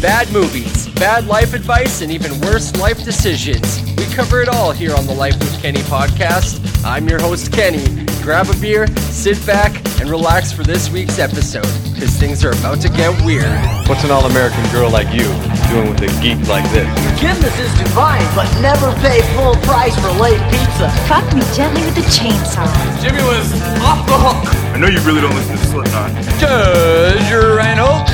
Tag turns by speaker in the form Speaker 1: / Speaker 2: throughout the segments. Speaker 1: bad movies, bad life advice, and even worse life decisions. We cover it all here on the Life with Kenny podcast. I'm your host, Kenny. Grab a beer, sit back, and relax for this week's episode because things are about to get weird.
Speaker 2: What's an all American girl like you doing with a geek like this?
Speaker 3: Forgiveness is divine, but never pay full price for late pizza.
Speaker 4: Fuck me gently with the chainsaw.
Speaker 5: Jimmy was off the hook.
Speaker 6: I know you really don't listen to Slipknot.
Speaker 5: Judge Reynolds.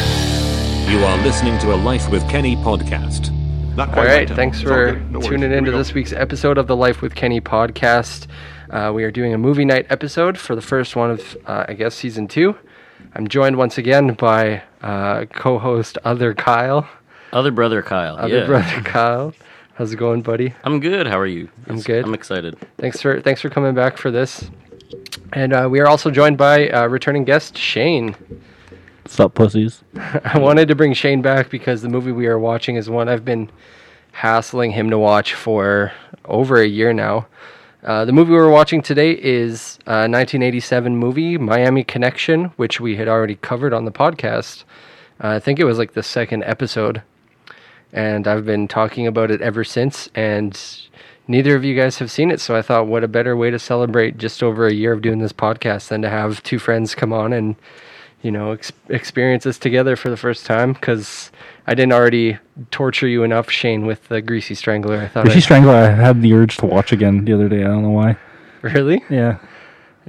Speaker 7: You are listening to a Life with Kenny podcast.
Speaker 6: Not quite
Speaker 1: All
Speaker 6: my
Speaker 1: right,
Speaker 6: time.
Speaker 1: thanks
Speaker 6: It's all
Speaker 1: for
Speaker 6: good. No worries.
Speaker 1: tuning
Speaker 6: Here
Speaker 1: in
Speaker 6: we
Speaker 1: to
Speaker 6: go.
Speaker 1: this week's episode of the Life with Kenny podcast. Uh, we are doing a movie night episode for the first one of, uh, I guess, season two. I'm joined once again by uh, co-host Other Kyle,
Speaker 8: Other brother Kyle.
Speaker 1: Other
Speaker 8: yeah.
Speaker 1: Brother Kyle. How's it going, buddy?
Speaker 8: I'm good. How are you?
Speaker 1: I'm good.
Speaker 8: I'm excited.
Speaker 1: Thanks for thanks for coming back for this. And uh, we are also joined by uh, returning guest Shane.
Speaker 9: Sup, pussies.
Speaker 1: I wanted to bring Shane back because the movie we are watching is one I've been hassling him to watch for over a year now. Uh, the movie we're watching today is a 1987 movie, Miami Connection, which we had already covered on the podcast. Uh, I think it was like the second episode. And I've been talking about it ever since. And neither of you guys have seen it. So I thought, what a better way to celebrate just over a year of doing this podcast than to have two friends come on and you know, ex- experience this together for the first time because I didn't already torture you enough, Shane, with the Greasy Strangler. I thought,
Speaker 9: Rishi
Speaker 1: I,
Speaker 9: Strangler, I had the urge to watch again the other day. I don't know why.
Speaker 1: really?
Speaker 9: Yeah.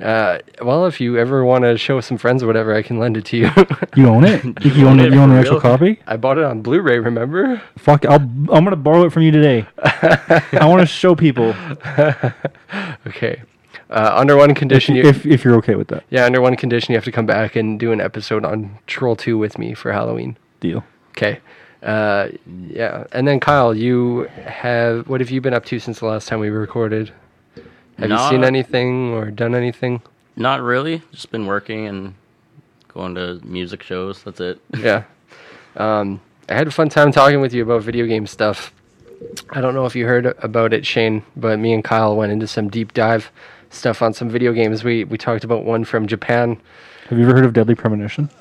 Speaker 1: Uh, well, if you ever want to show some friends or whatever, I can lend it to you.
Speaker 9: You own it? You, own it? You own an actual copy?
Speaker 1: I bought it on Blu-ray. Remember?
Speaker 9: Fuck, I'll, I'm going to borrow it from you today. I want to show people
Speaker 1: Okay. Uh, under one condition, you,
Speaker 9: if, if you're okay with that
Speaker 1: yeah, under one condition, you have to come back and do an episode on Troll Two with me for Halloween.
Speaker 9: deal.
Speaker 1: Okay. Uh, yeah. And then Kyle, you have what have you been up to since the last time we recorded? Have you
Speaker 8: Not-
Speaker 1: seen anything or done anything?
Speaker 8: Not really. Just been working and going to music shows. That's it.
Speaker 1: yeah. Um, I had a fun time talking with you about video game stuff. I don't know if you heard about it, Shane, but me and Kyle went into some deep dive stuff on some video games. We we talked about one from Japan,
Speaker 9: Have you ever heard of Deadly Premonition?
Speaker 1: D-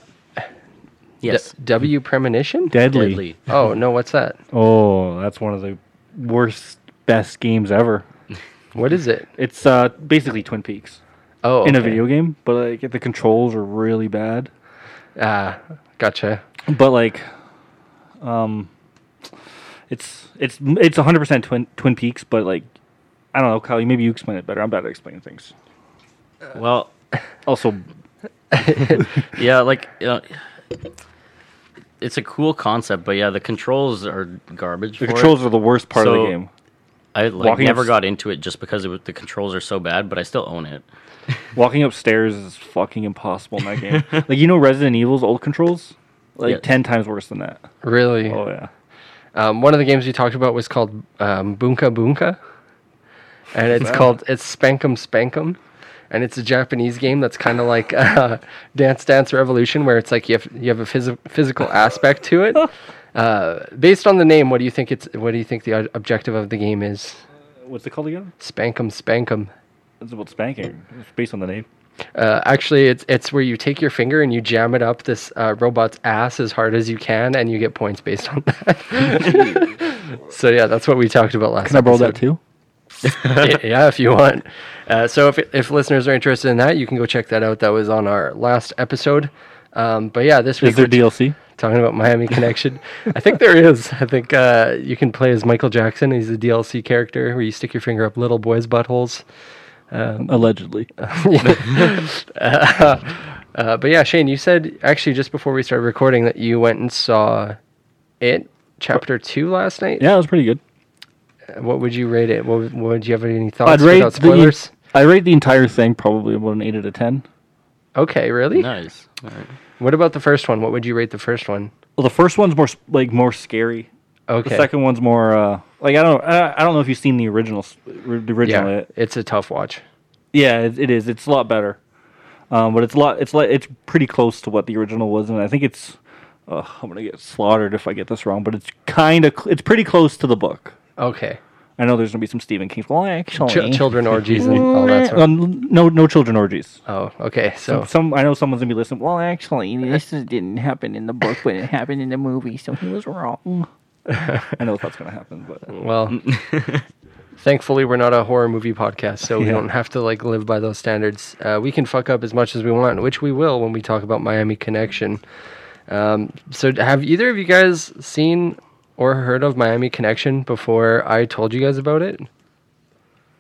Speaker 8: Yes.
Speaker 1: W Premonition.
Speaker 9: Deadly.
Speaker 8: Deadly.
Speaker 1: oh no, what's that?
Speaker 9: Oh, that's one of the worst, best games ever.
Speaker 1: What is it?
Speaker 9: It's uh, basically Twin Peaks
Speaker 1: Oh,
Speaker 9: in a
Speaker 1: okay.
Speaker 9: video game, but like the controls are really bad.
Speaker 1: Ah, gotcha.
Speaker 9: but like um it's it's it's 100% twin twin peaks but like i don't know kyle maybe you explain it better i'm bad at explaining things
Speaker 8: Well,
Speaker 9: also
Speaker 8: yeah, like you know, it's a cool concept, but yeah, the controls are garbage.
Speaker 9: the
Speaker 8: for it.
Speaker 9: controls are the worst part of
Speaker 8: So-
Speaker 9: the game
Speaker 8: I like,
Speaker 9: walking
Speaker 8: never
Speaker 9: up-
Speaker 8: got into it just because it, was- the controls are so bad, but I still own it.
Speaker 9: walking upstairs is fucking impossible in that game like you know resident evil's old controls like
Speaker 8: Yeah.
Speaker 9: 10 times worse than that
Speaker 1: Really?
Speaker 9: oh yeah
Speaker 1: Um, one of the games we talked about was called um, Bunka Bunka, and it's called it's Spankum Spankum, and it's a Japanese game that's kind of like uh, Dance Dance Revolution, where it's like you have you have a phys- physical aspect to it. Uh, based on the name, what do you think it's what do you think the o- objective of the game is?
Speaker 9: what's it called again
Speaker 1: Spankum Spankum.
Speaker 9: it's about spanking it's based on the name
Speaker 1: Uh, actually, it's it's where you take your finger and you jam it up this uh, robot's ass as hard as you can, and you get points based on that. so yeah, that's what we talked about last.
Speaker 9: can i borrow
Speaker 1: episode.
Speaker 9: that too
Speaker 1: Y- yeah, if you want. Uh, so if, if listeners are interested in that, you can go check that out. That was on our last episode. Um, but yeah, this week
Speaker 9: is there
Speaker 1: we're t-
Speaker 9: dlc
Speaker 1: talking about Miami Connection. I think there is. I think uh, you can play as Michael Jackson. He's a DLC character where you stick your finger up little boys' buttholes.
Speaker 9: allegedly
Speaker 1: Uh, but yeah, Shane, you said actually just before we started recording that you went and saw it chapter two last night.
Speaker 9: yeah it was pretty good
Speaker 1: What would you rate it? What, would- would you have any
Speaker 9: i'd
Speaker 1: thoughts
Speaker 9: rate
Speaker 1: without spoilers?
Speaker 9: the i rate the entire thing probably about an 8 out of 10
Speaker 1: Okay, really?
Speaker 8: Nice. All right.
Speaker 1: What about the first one? What would you rate the first one?
Speaker 9: Well, the first one's more s- like more scary.
Speaker 1: Okay.
Speaker 9: The second one's more uh, like I don't I, I don't know if you've seen the original s- r- the original.
Speaker 1: Yeah,
Speaker 9: It-
Speaker 1: it's a tough watch.
Speaker 9: Yeah, it, it is. It's a lot better, um, but it's a lot. It's like it's pretty close to what the original was, and I think it's. Uh, I'm gonna get slaughtered if I get this wrong, but it's kind of cl- it's pretty close to the book.
Speaker 1: Okay.
Speaker 9: I know there's gonna be some Stephen King. Well, actually,
Speaker 1: Ch- children orgies and all that sort.
Speaker 9: Um, no, no children orgies.
Speaker 1: Oh, okay. So
Speaker 9: Some I know someone's gonna be listening. Well, actually, this is- didn't happen in the book, but it happened in the movie, so he was wrong. I know that's gonna happen, but uh,
Speaker 1: well, thankfully we're not a horror movie podcast, so we
Speaker 9: Yeah.
Speaker 1: don't have to like live by those standards. Uh, we can fuck up as much as we want, which we will when we talk about Miami Connection. Um, so have either of you guys seen or heard of Miami Connection before I told you guys about it?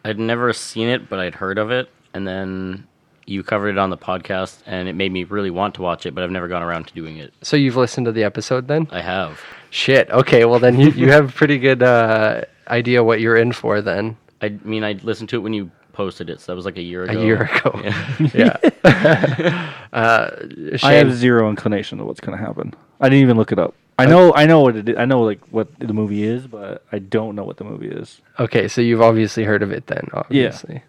Speaker 8: I'd never seen it, but I'd heard of it, and then you covered it on the podcast, and it made me really want to watch it, but I've never gone around to doing it.
Speaker 1: So you've listened to the episode then?
Speaker 8: I have.
Speaker 1: Shit. Okay. Well, then you, you have a pretty good uh, idea what you're in for then.
Speaker 8: I mean, I listened to it when you posted it, so that was like a year
Speaker 1: A
Speaker 8: ago.
Speaker 1: year ago.
Speaker 8: Yeah.
Speaker 1: Yeah. uh,
Speaker 9: I
Speaker 1: Shane,
Speaker 9: have zero inclination of what's gonna happen. I didn't even look it up. I know, I know what it is. I know like what the movie is, but I don't know what the movie is.
Speaker 1: okay, so you've obviously heard of it then, obviously.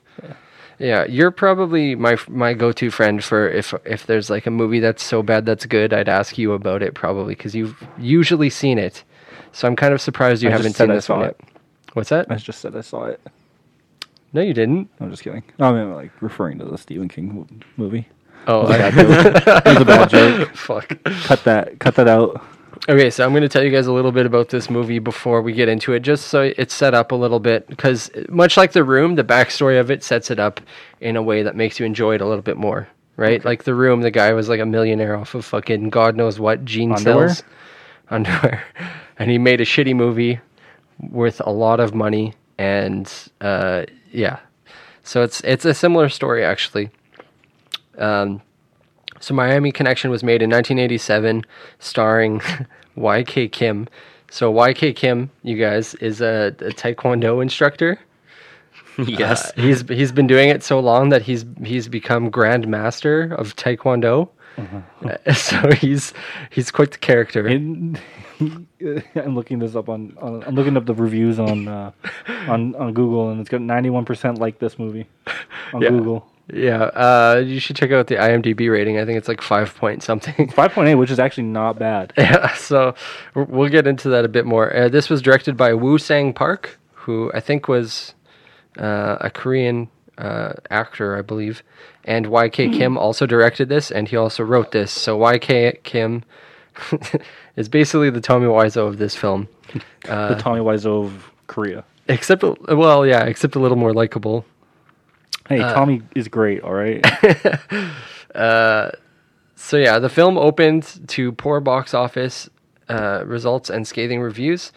Speaker 1: Yeah. you're probably my my go-to friend for if if there's like a movie that's so bad that's good, I'd ask you about it probably cuz you've usually seen it. So I'm kind of surprised you
Speaker 9: I just
Speaker 1: haven't
Speaker 9: said
Speaker 1: seen
Speaker 9: I
Speaker 1: this one
Speaker 9: saw
Speaker 1: yet. What's that?
Speaker 9: I just said I saw it.
Speaker 1: No, you didn't.
Speaker 9: I'm just kidding. I mean, like referring to the Stephen King mo- movie.
Speaker 1: Oh,
Speaker 9: Bad joke. It was a bad joke.
Speaker 1: fuck.
Speaker 9: Cut that. Cut that out.
Speaker 1: Okay, so I'm going to tell you guys a little bit about this movie before we get into it, just so it's set up a little bit. Because much like The Room, the backstory of it sets it up in a way that makes you enjoy it a little bit more, right? Like The Room, the guy was like a millionaire off of fucking God knows what gene
Speaker 9: Underwear?
Speaker 1: cells, underwear, and he made a shitty movie worth a lot of money, and uh, yeah, so it's it's a similar story actually. Um, so Miami Connection was made in 1987, starring YK Kim. So YK Kim, you guys, is a, a Taekwondo instructor.
Speaker 8: yes.
Speaker 1: Uh, he's he's been doing it so long that he's he's become Grand Master of Taekwondo. Uh, so he's he's quite the character.
Speaker 9: And I'm looking this up on, on. I'm looking up the reviews on uh, on on Google, and it's got 91 percent like this movie on
Speaker 1: Yeah.
Speaker 9: Google.
Speaker 1: yeah, uh, you should check out the IMDb rating. I think it's like five point something.
Speaker 9: 5.8, which is actually not bad.
Speaker 1: Yeah, so we're- we'll get into that a bit more. Uh, this was directed by Woo Sang Park, who I think was uh, a Korean uh, actor, I believe. And YK Kim also directed this, and he also wrote this. So YK Kim is basically the Tommy Wiseau of this film,
Speaker 9: the Tommy Wiseau of Korea.
Speaker 1: except a- well, yeah, except a little more likable.
Speaker 9: Hey, Tommy is great. All right,
Speaker 1: So yeah, the film opened to poor box office uh, results and scathing reviews,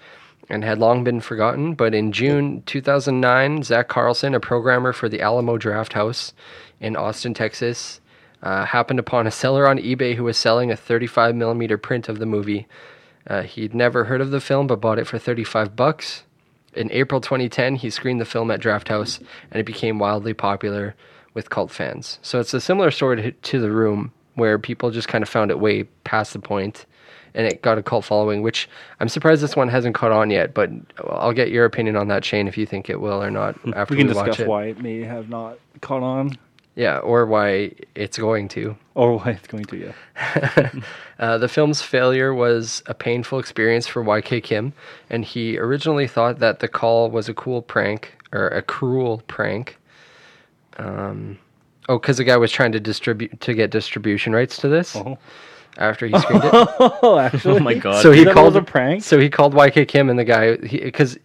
Speaker 1: and had long been forgotten. But in June 2009, Zach Carlson, a programmer for the Alamo Draft House in Austin, Texas, uh, happened upon a seller on eBay who was selling a 35 millimeter print of the movie. Uh, he'd never heard of the film, but bought it for 35 bucks. In April 2010, he screened the film at Draft House, and it became wildly popular with cult fans. So it's a similar story to, to The Room, where people just kind of found it way past the point, and it got a cult following. Which I'm surprised this one hasn't caught on yet. But I'll get your opinion on that, Shane, if you think it will or not after
Speaker 9: we
Speaker 1: we,
Speaker 9: can
Speaker 1: watch
Speaker 9: discuss
Speaker 1: it.
Speaker 9: why it may have not caught on
Speaker 1: Yeah, or why it's going to.
Speaker 9: or why it's going to. Yeah,
Speaker 1: Uh, the film's failure was a painful experience for YK Kim, and he originally thought that the call was a cool prank or a cruel prank. Um, oh, because the guy was trying to distribute to get distribution rights to this
Speaker 9: Oh.
Speaker 1: after he screened it.
Speaker 9: oh, actually,
Speaker 8: Oh my god.
Speaker 1: so he
Speaker 9: That was
Speaker 1: called
Speaker 9: a prank?
Speaker 1: So he called YK Kim, and the guy because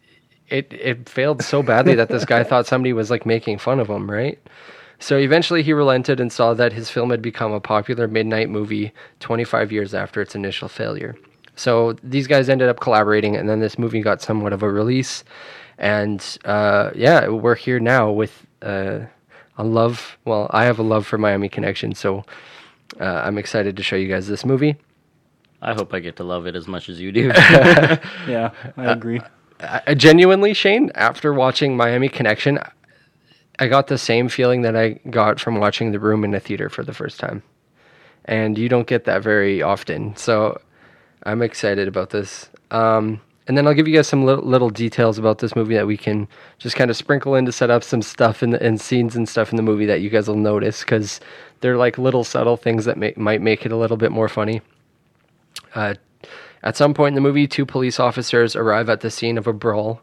Speaker 1: it it failed so badly that this guy thought somebody was like making fun of him, right? So eventually he relented and saw that his film had become a popular midnight movie 25 years after its initial failure. So these guys ended up collaborating, and then this movie got somewhat of a release. And uh, yeah, we're here now with uh, a love. Well, I have a love for Miami Connection, so uh, I'm excited to show you guys this movie.
Speaker 8: I hope I get to love it as much as you do.
Speaker 9: Yeah, I agree.
Speaker 1: I- genuinely, Shane, after watching Miami Connection, I got the same feeling that I got from watching The Room in a theater for the first time. And you don't get that very often. So I'm excited about this. Um, and then I'll give you guys some lit- little details about this movie that we can just kind of sprinkle in to set up some stuff and and scenes and stuff in the movie that you guys will notice because they're like little subtle things that may, might make it a little bit more funny. Uh, at some point in the movie, two police officers arrive at the scene of a brawl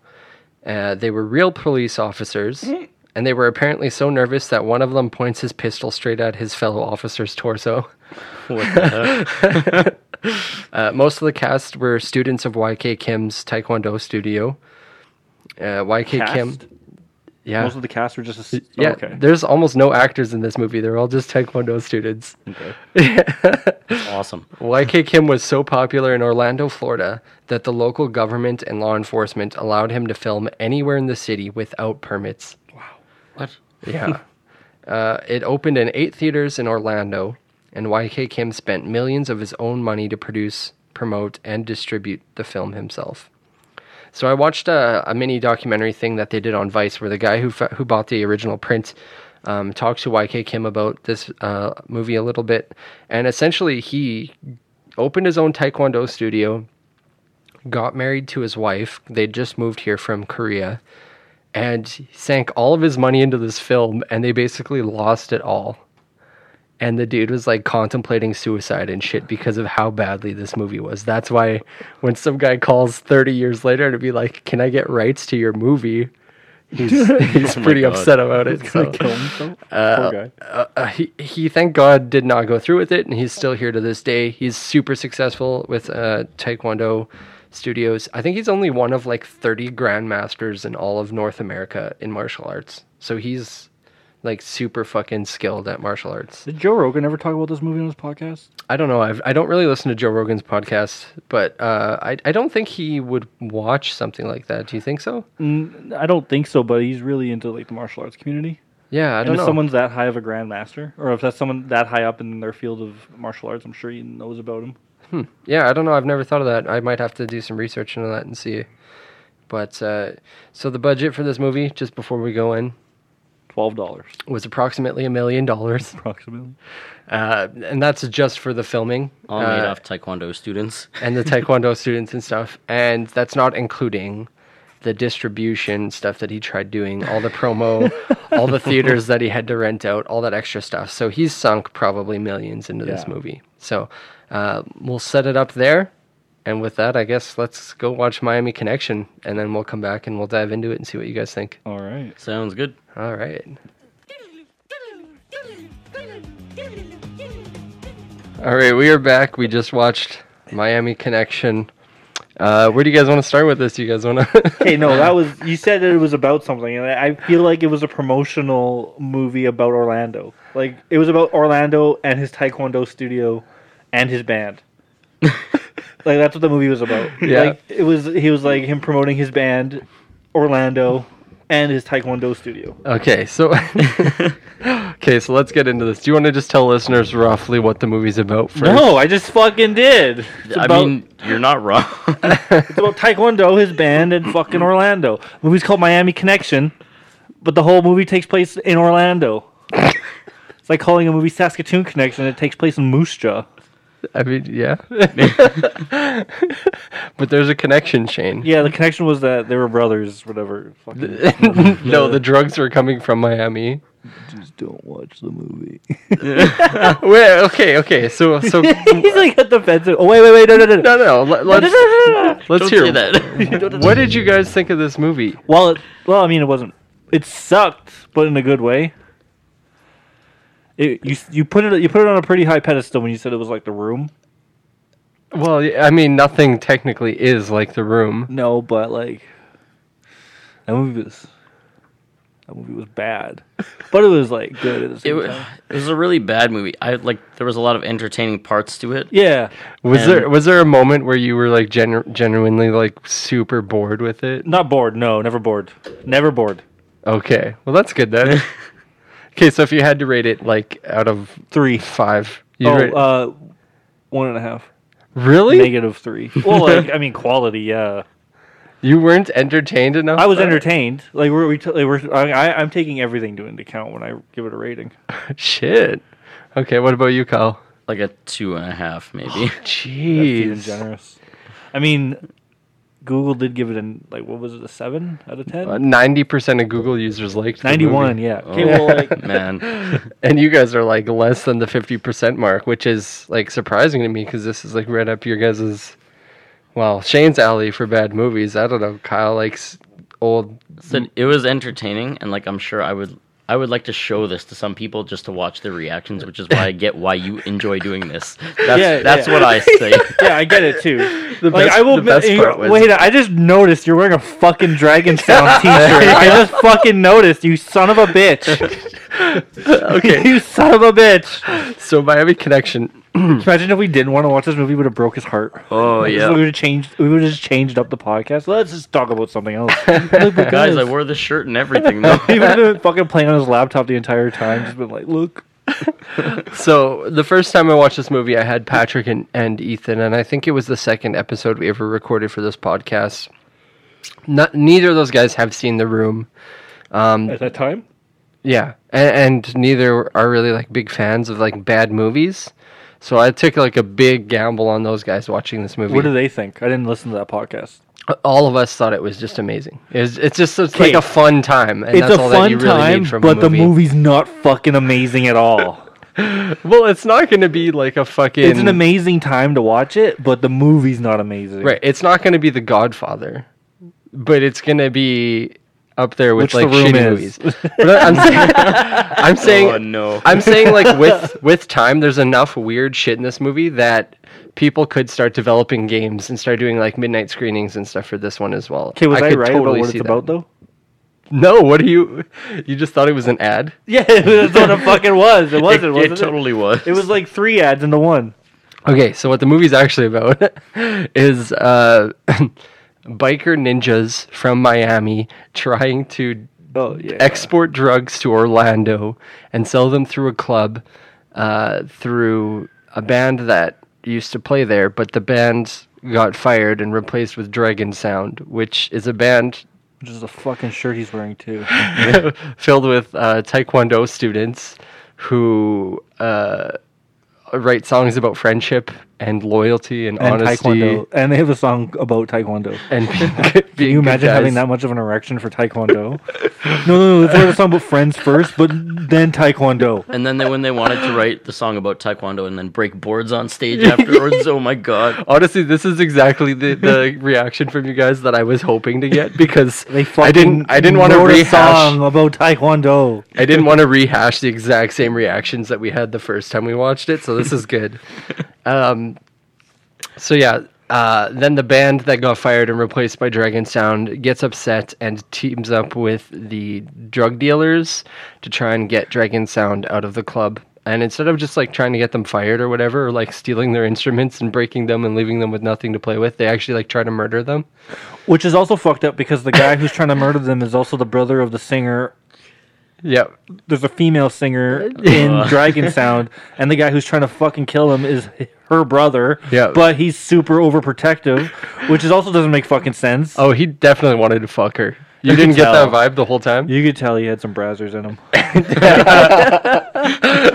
Speaker 1: Uh, they were real police officers,
Speaker 9: Mm-hmm.
Speaker 1: and they were apparently so nervous that one of them points his pistol straight at his fellow officer's torso.
Speaker 8: What the heck?
Speaker 1: Uh, most of the cast were students of YK Kim's Taekwondo studio. Uh, YK Kim,
Speaker 9: Cast?
Speaker 1: yeah,
Speaker 9: Most of the cast were just. A, s- oh,
Speaker 1: yeah.
Speaker 9: Okay.
Speaker 1: There's almost no actors in this movie. They're all just Taekwondo students.
Speaker 8: Awesome.
Speaker 1: YK Kim was so popular in Orlando, Florida, that the local government and law enforcement allowed him to film anywhere in the city without permits.
Speaker 8: What?
Speaker 1: Yeah. uh, it opened in eight theaters in Orlando, and YK Kim spent millions of his own money to produce, promote, and distribute the film himself. So I watched a, a mini documentary thing that they did on Vice, where the guy who fa- who bought the original print um, talked to YK Kim about this uh, movie a little bit, and essentially he opened his own taekwondo studio, got married to his wife. They just moved here from Korea, and he sank all of his money into this film, and they basically lost it all. And the dude was like contemplating suicide and shit because of how badly this movie was. That's why when some guy calls 30 years later to be like, Can I get rights to your movie? He's, he's pretty
Speaker 8: God.
Speaker 1: upset about it. so.
Speaker 9: Kill himself? Poor guy.
Speaker 1: Uh, he, he, thank God, did not go through with it, and he's still here to this day. He's super successful with uh, Taekwondo studios. I think he's only one of like 30 grandmasters in all of North America in martial arts. So he's like super fucking skilled at martial arts.
Speaker 9: Did Joe Rogan ever talk about this movie on his podcast?
Speaker 1: I don't know. I've, I don't really listen to Joe Rogan's podcast, but uh, I, I don't think he would watch something like that. Do you think so?
Speaker 9: I don't think so, but he's really into like the martial arts community.
Speaker 1: Yeah, I
Speaker 9: And
Speaker 1: don't
Speaker 9: if
Speaker 1: know.
Speaker 9: someone's that high of a grandmaster, or if that's someone that high up in their field of martial arts, I'm sure he knows about him.
Speaker 1: Yeah, I don't know. I've never thought of that. I might have to do some research into that and see. But uh, so the budget for this movie, just before we go in,
Speaker 9: Twelve dollars,
Speaker 1: was approximately a million dollars,
Speaker 9: approximately.
Speaker 1: Uh, and that's just for the filming
Speaker 8: All made
Speaker 1: uh,
Speaker 8: off Taekwondo students.
Speaker 1: and the Taekwondo students and stuff. And that's not including the distribution stuff that he tried doing, all the promo, all the theaters that he had to rent out, all that extra stuff. So he's sunk probably millions into this
Speaker 9: Yeah.
Speaker 1: movie. So uh, we'll set it up there. And with that, I guess let's go watch Miami Connection and then we'll come back and we'll dive into it and see what you guys think.
Speaker 9: All right.
Speaker 8: Sounds good.
Speaker 1: All right. All right, we are back. We just watched Miami Connection. Uh, where do you guys want to start with this? You guys want to?
Speaker 9: Hey, no, that was you said that it was about something, and I feel like it was a promotional movie about Orlando. Like it was about Orlando and his taekwondo studio and his band. like that's what the movie was about.
Speaker 1: Yeah.
Speaker 9: Like it was he was like him promoting his band, Orlando, and his taekwondo studio.
Speaker 1: okay, so okay, so let's get into this. Do you want to just tell listeners roughly what the movie's about first?
Speaker 9: No, I just fucking did. It's
Speaker 8: I
Speaker 9: about-
Speaker 8: mean, you're not wrong.
Speaker 9: It's about Taekwondo, his band, and fucking Orlando. The movie's called Miami Connection, but the whole movie takes place in Orlando. it's like calling a movie Saskatoon Connection. It takes place in Moose Jaw.
Speaker 1: I mean, yeah, but there's a connection, Shane.
Speaker 9: Yeah, the connection was that they were brothers, whatever. Fucking
Speaker 1: no, the drugs were coming from Miami.
Speaker 9: just don't watch the movie.
Speaker 1: Wait, okay, okay. So, so
Speaker 9: He's like at the fence. Oh wait, wait, wait, no, no, no.
Speaker 1: no, no. Let,
Speaker 9: no,
Speaker 1: let's
Speaker 9: no, no, no.
Speaker 1: let's
Speaker 8: Don't
Speaker 1: hear
Speaker 8: say that.
Speaker 1: What did you guys think of this movie?
Speaker 9: Well, it, well, I mean, it wasn't. It sucked, but in a good way. It, you you put it you put it on a pretty high pedestal when you said it was like the room.
Speaker 1: Well, y- I mean, nothing technically is like The Room.
Speaker 9: No, but like that movie was that movie was bad, but it was like good at the
Speaker 8: it,
Speaker 9: same
Speaker 8: was,
Speaker 9: time.
Speaker 8: it was a really bad movie. I like there was a lot of entertaining parts to it.
Speaker 9: Yeah,
Speaker 1: Was
Speaker 8: And-
Speaker 1: there was there a moment where you were like genu- genuinely like super bored with it?
Speaker 9: not bored. No, never bored. Never bored.
Speaker 1: Okay, well that's good then. okay, so if you had to rate it like out of
Speaker 9: Three.
Speaker 1: five, you
Speaker 9: Oh,
Speaker 1: rate-
Speaker 9: uh, one and a half.
Speaker 1: really?
Speaker 9: Negative three. Well, like I mean, quality. Yeah,
Speaker 1: you weren't entertained enough.
Speaker 9: I was
Speaker 1: by it?
Speaker 9: entertained. Like we're, we t- like, we're I, I- I'm taking everything to into account when I give it a rating.
Speaker 1: Shit. Okay, what about you, Kyle?
Speaker 8: Like a two and a half, maybe.
Speaker 9: That's even
Speaker 1: Jeez.
Speaker 9: generous. I mean, Google did give it an like what was it a seven out of ten?
Speaker 1: Uh, Ninety percent of Google users liked the movie.
Speaker 9: Ninety-one. Yeah. Okay.
Speaker 8: Oh,
Speaker 9: Well, like
Speaker 8: man.
Speaker 1: and you guys are like less than the 50% mark which is like surprising to me because this is like right up your guys's well shane's alley for bad movies i don't know kyle likes old.
Speaker 9: Mm.
Speaker 8: So it was entertaining, and like I'm sure I would. I would like to show this to some people just to watch their reactions, which is why I get why you enjoy doing this. That's,
Speaker 9: Yeah,
Speaker 8: that's
Speaker 9: yeah.
Speaker 8: what I say.
Speaker 9: Yeah, I get it too. like
Speaker 1: best-
Speaker 9: I will.
Speaker 1: the best
Speaker 9: you-
Speaker 1: part was-
Speaker 9: wait, I just noticed you're wearing a fucking Dragon Sound T-shirt. I just fucking noticed, you son of a bitch.
Speaker 1: Okay,
Speaker 9: you son of a bitch.
Speaker 1: so Miami Connection.
Speaker 9: Imagine if we didn't want to watch this movie, we would have broke his heart.
Speaker 1: Oh
Speaker 9: So we would have changed. We would have just changed up the podcast. Let's just talk about something else.
Speaker 8: Guys, I wore this shirt and everything. though.
Speaker 9: he would have been fucking playing on his laptop the entire time. Just been like, look.
Speaker 1: So the first time I watched this movie, I had Patrick and, and Ethan, and I think it was the second episode we ever recorded for this podcast. Not, neither of those guys have seen the room. Mm.
Speaker 9: At that time,
Speaker 1: Yeah, and, and neither are really like big fans of like bad movies. So I took like a big gamble on those guys watching this movie.
Speaker 9: what do they think? I didn't listen to that podcast.
Speaker 1: all of us thought it was just amazing. It's, it's just it's
Speaker 9: Okay.
Speaker 1: like a fun time, and
Speaker 9: It's
Speaker 1: that's
Speaker 9: a
Speaker 1: all that
Speaker 9: fun
Speaker 1: you really
Speaker 9: time,
Speaker 1: need from
Speaker 9: but
Speaker 1: a
Speaker 9: the
Speaker 1: movie.
Speaker 9: movie's not fucking amazing at all.
Speaker 1: Well, it's not going to be like a fucking.
Speaker 9: it's an amazing time to watch it, but the movie's not amazing.
Speaker 1: Right, it's not going to be The Godfather, but it's going to be up there with
Speaker 9: Which
Speaker 1: like
Speaker 9: The Room
Speaker 1: shitty
Speaker 9: is.
Speaker 1: movies. But I- I'm saying, I'm saying,
Speaker 8: Oh, no.
Speaker 1: I'm saying like with with time, there's enough weird shit in this movie that people could start developing games and start doing like midnight screenings and stuff for this one as well.
Speaker 9: Okay, was I,
Speaker 1: could
Speaker 9: right
Speaker 1: totally
Speaker 9: about what
Speaker 1: see
Speaker 9: it's
Speaker 1: that.
Speaker 9: about though?
Speaker 1: No, what do you? You just thought it was an ad?
Speaker 9: Yeah, that's what it fucking was. It
Speaker 8: it,
Speaker 9: wasn't.
Speaker 8: it
Speaker 9: wasn't it?
Speaker 8: totally was.
Speaker 9: It was like three ads into one.
Speaker 1: Okay, so what the movie's actually about is uh, biker ninjas from Miami trying to
Speaker 9: Oh yeah.
Speaker 1: export drugs to Orlando and sell them through a club uh, through a band that used to play there, but the band got fired and replaced with Dragon Sound, which is a band
Speaker 9: Which is a fucking shirt he's wearing too.
Speaker 1: filled with uh, Taekwondo students who uh, write songs about friendship and loyalty and,
Speaker 9: And
Speaker 1: honesty
Speaker 9: taekwondo, and they have a song about taekwondo.
Speaker 1: and being,
Speaker 9: Can you imagine having that much of an erection for taekwondo? no, no, no. Let's write a song about friends first, but then taekwondo.
Speaker 8: And then they, when they wanted to write the song about taekwondo and then break boards on stage afterwards, oh my god!
Speaker 1: Honestly, this is exactly the, the reaction from you guys that I was hoping to get because
Speaker 9: They fucking
Speaker 1: I didn't I didn't want to
Speaker 9: wrote a
Speaker 1: rehash
Speaker 9: song about taekwondo.
Speaker 1: I didn't want to rehash the exact same reactions that we had the first time we watched it, so this is good. Um, so yeah, uh, then the band that got fired and replaced by Dragon Sound gets upset and teams up with the drug dealers to try and get Dragon Sound out of the club. And instead of just like trying to get them fired or whatever, or like stealing their instruments and breaking them and leaving them with nothing to play with, they actually like try to murder them.
Speaker 9: Which is also fucked up because the guy who's trying to murder them is also the brother of the singer.
Speaker 1: Yeah,
Speaker 9: There's a female singer in Dragon Sound, and the guy who's trying to fucking kill him is her brother.
Speaker 1: Yeah.
Speaker 9: But he's super overprotective, which is also doesn't make fucking sense.
Speaker 1: Oh, he definitely wanted to fuck her. You,
Speaker 9: You
Speaker 1: didn't
Speaker 9: could
Speaker 1: get that
Speaker 9: tell.
Speaker 1: vibe the whole time?
Speaker 9: You could tell he had some brazzers in him. some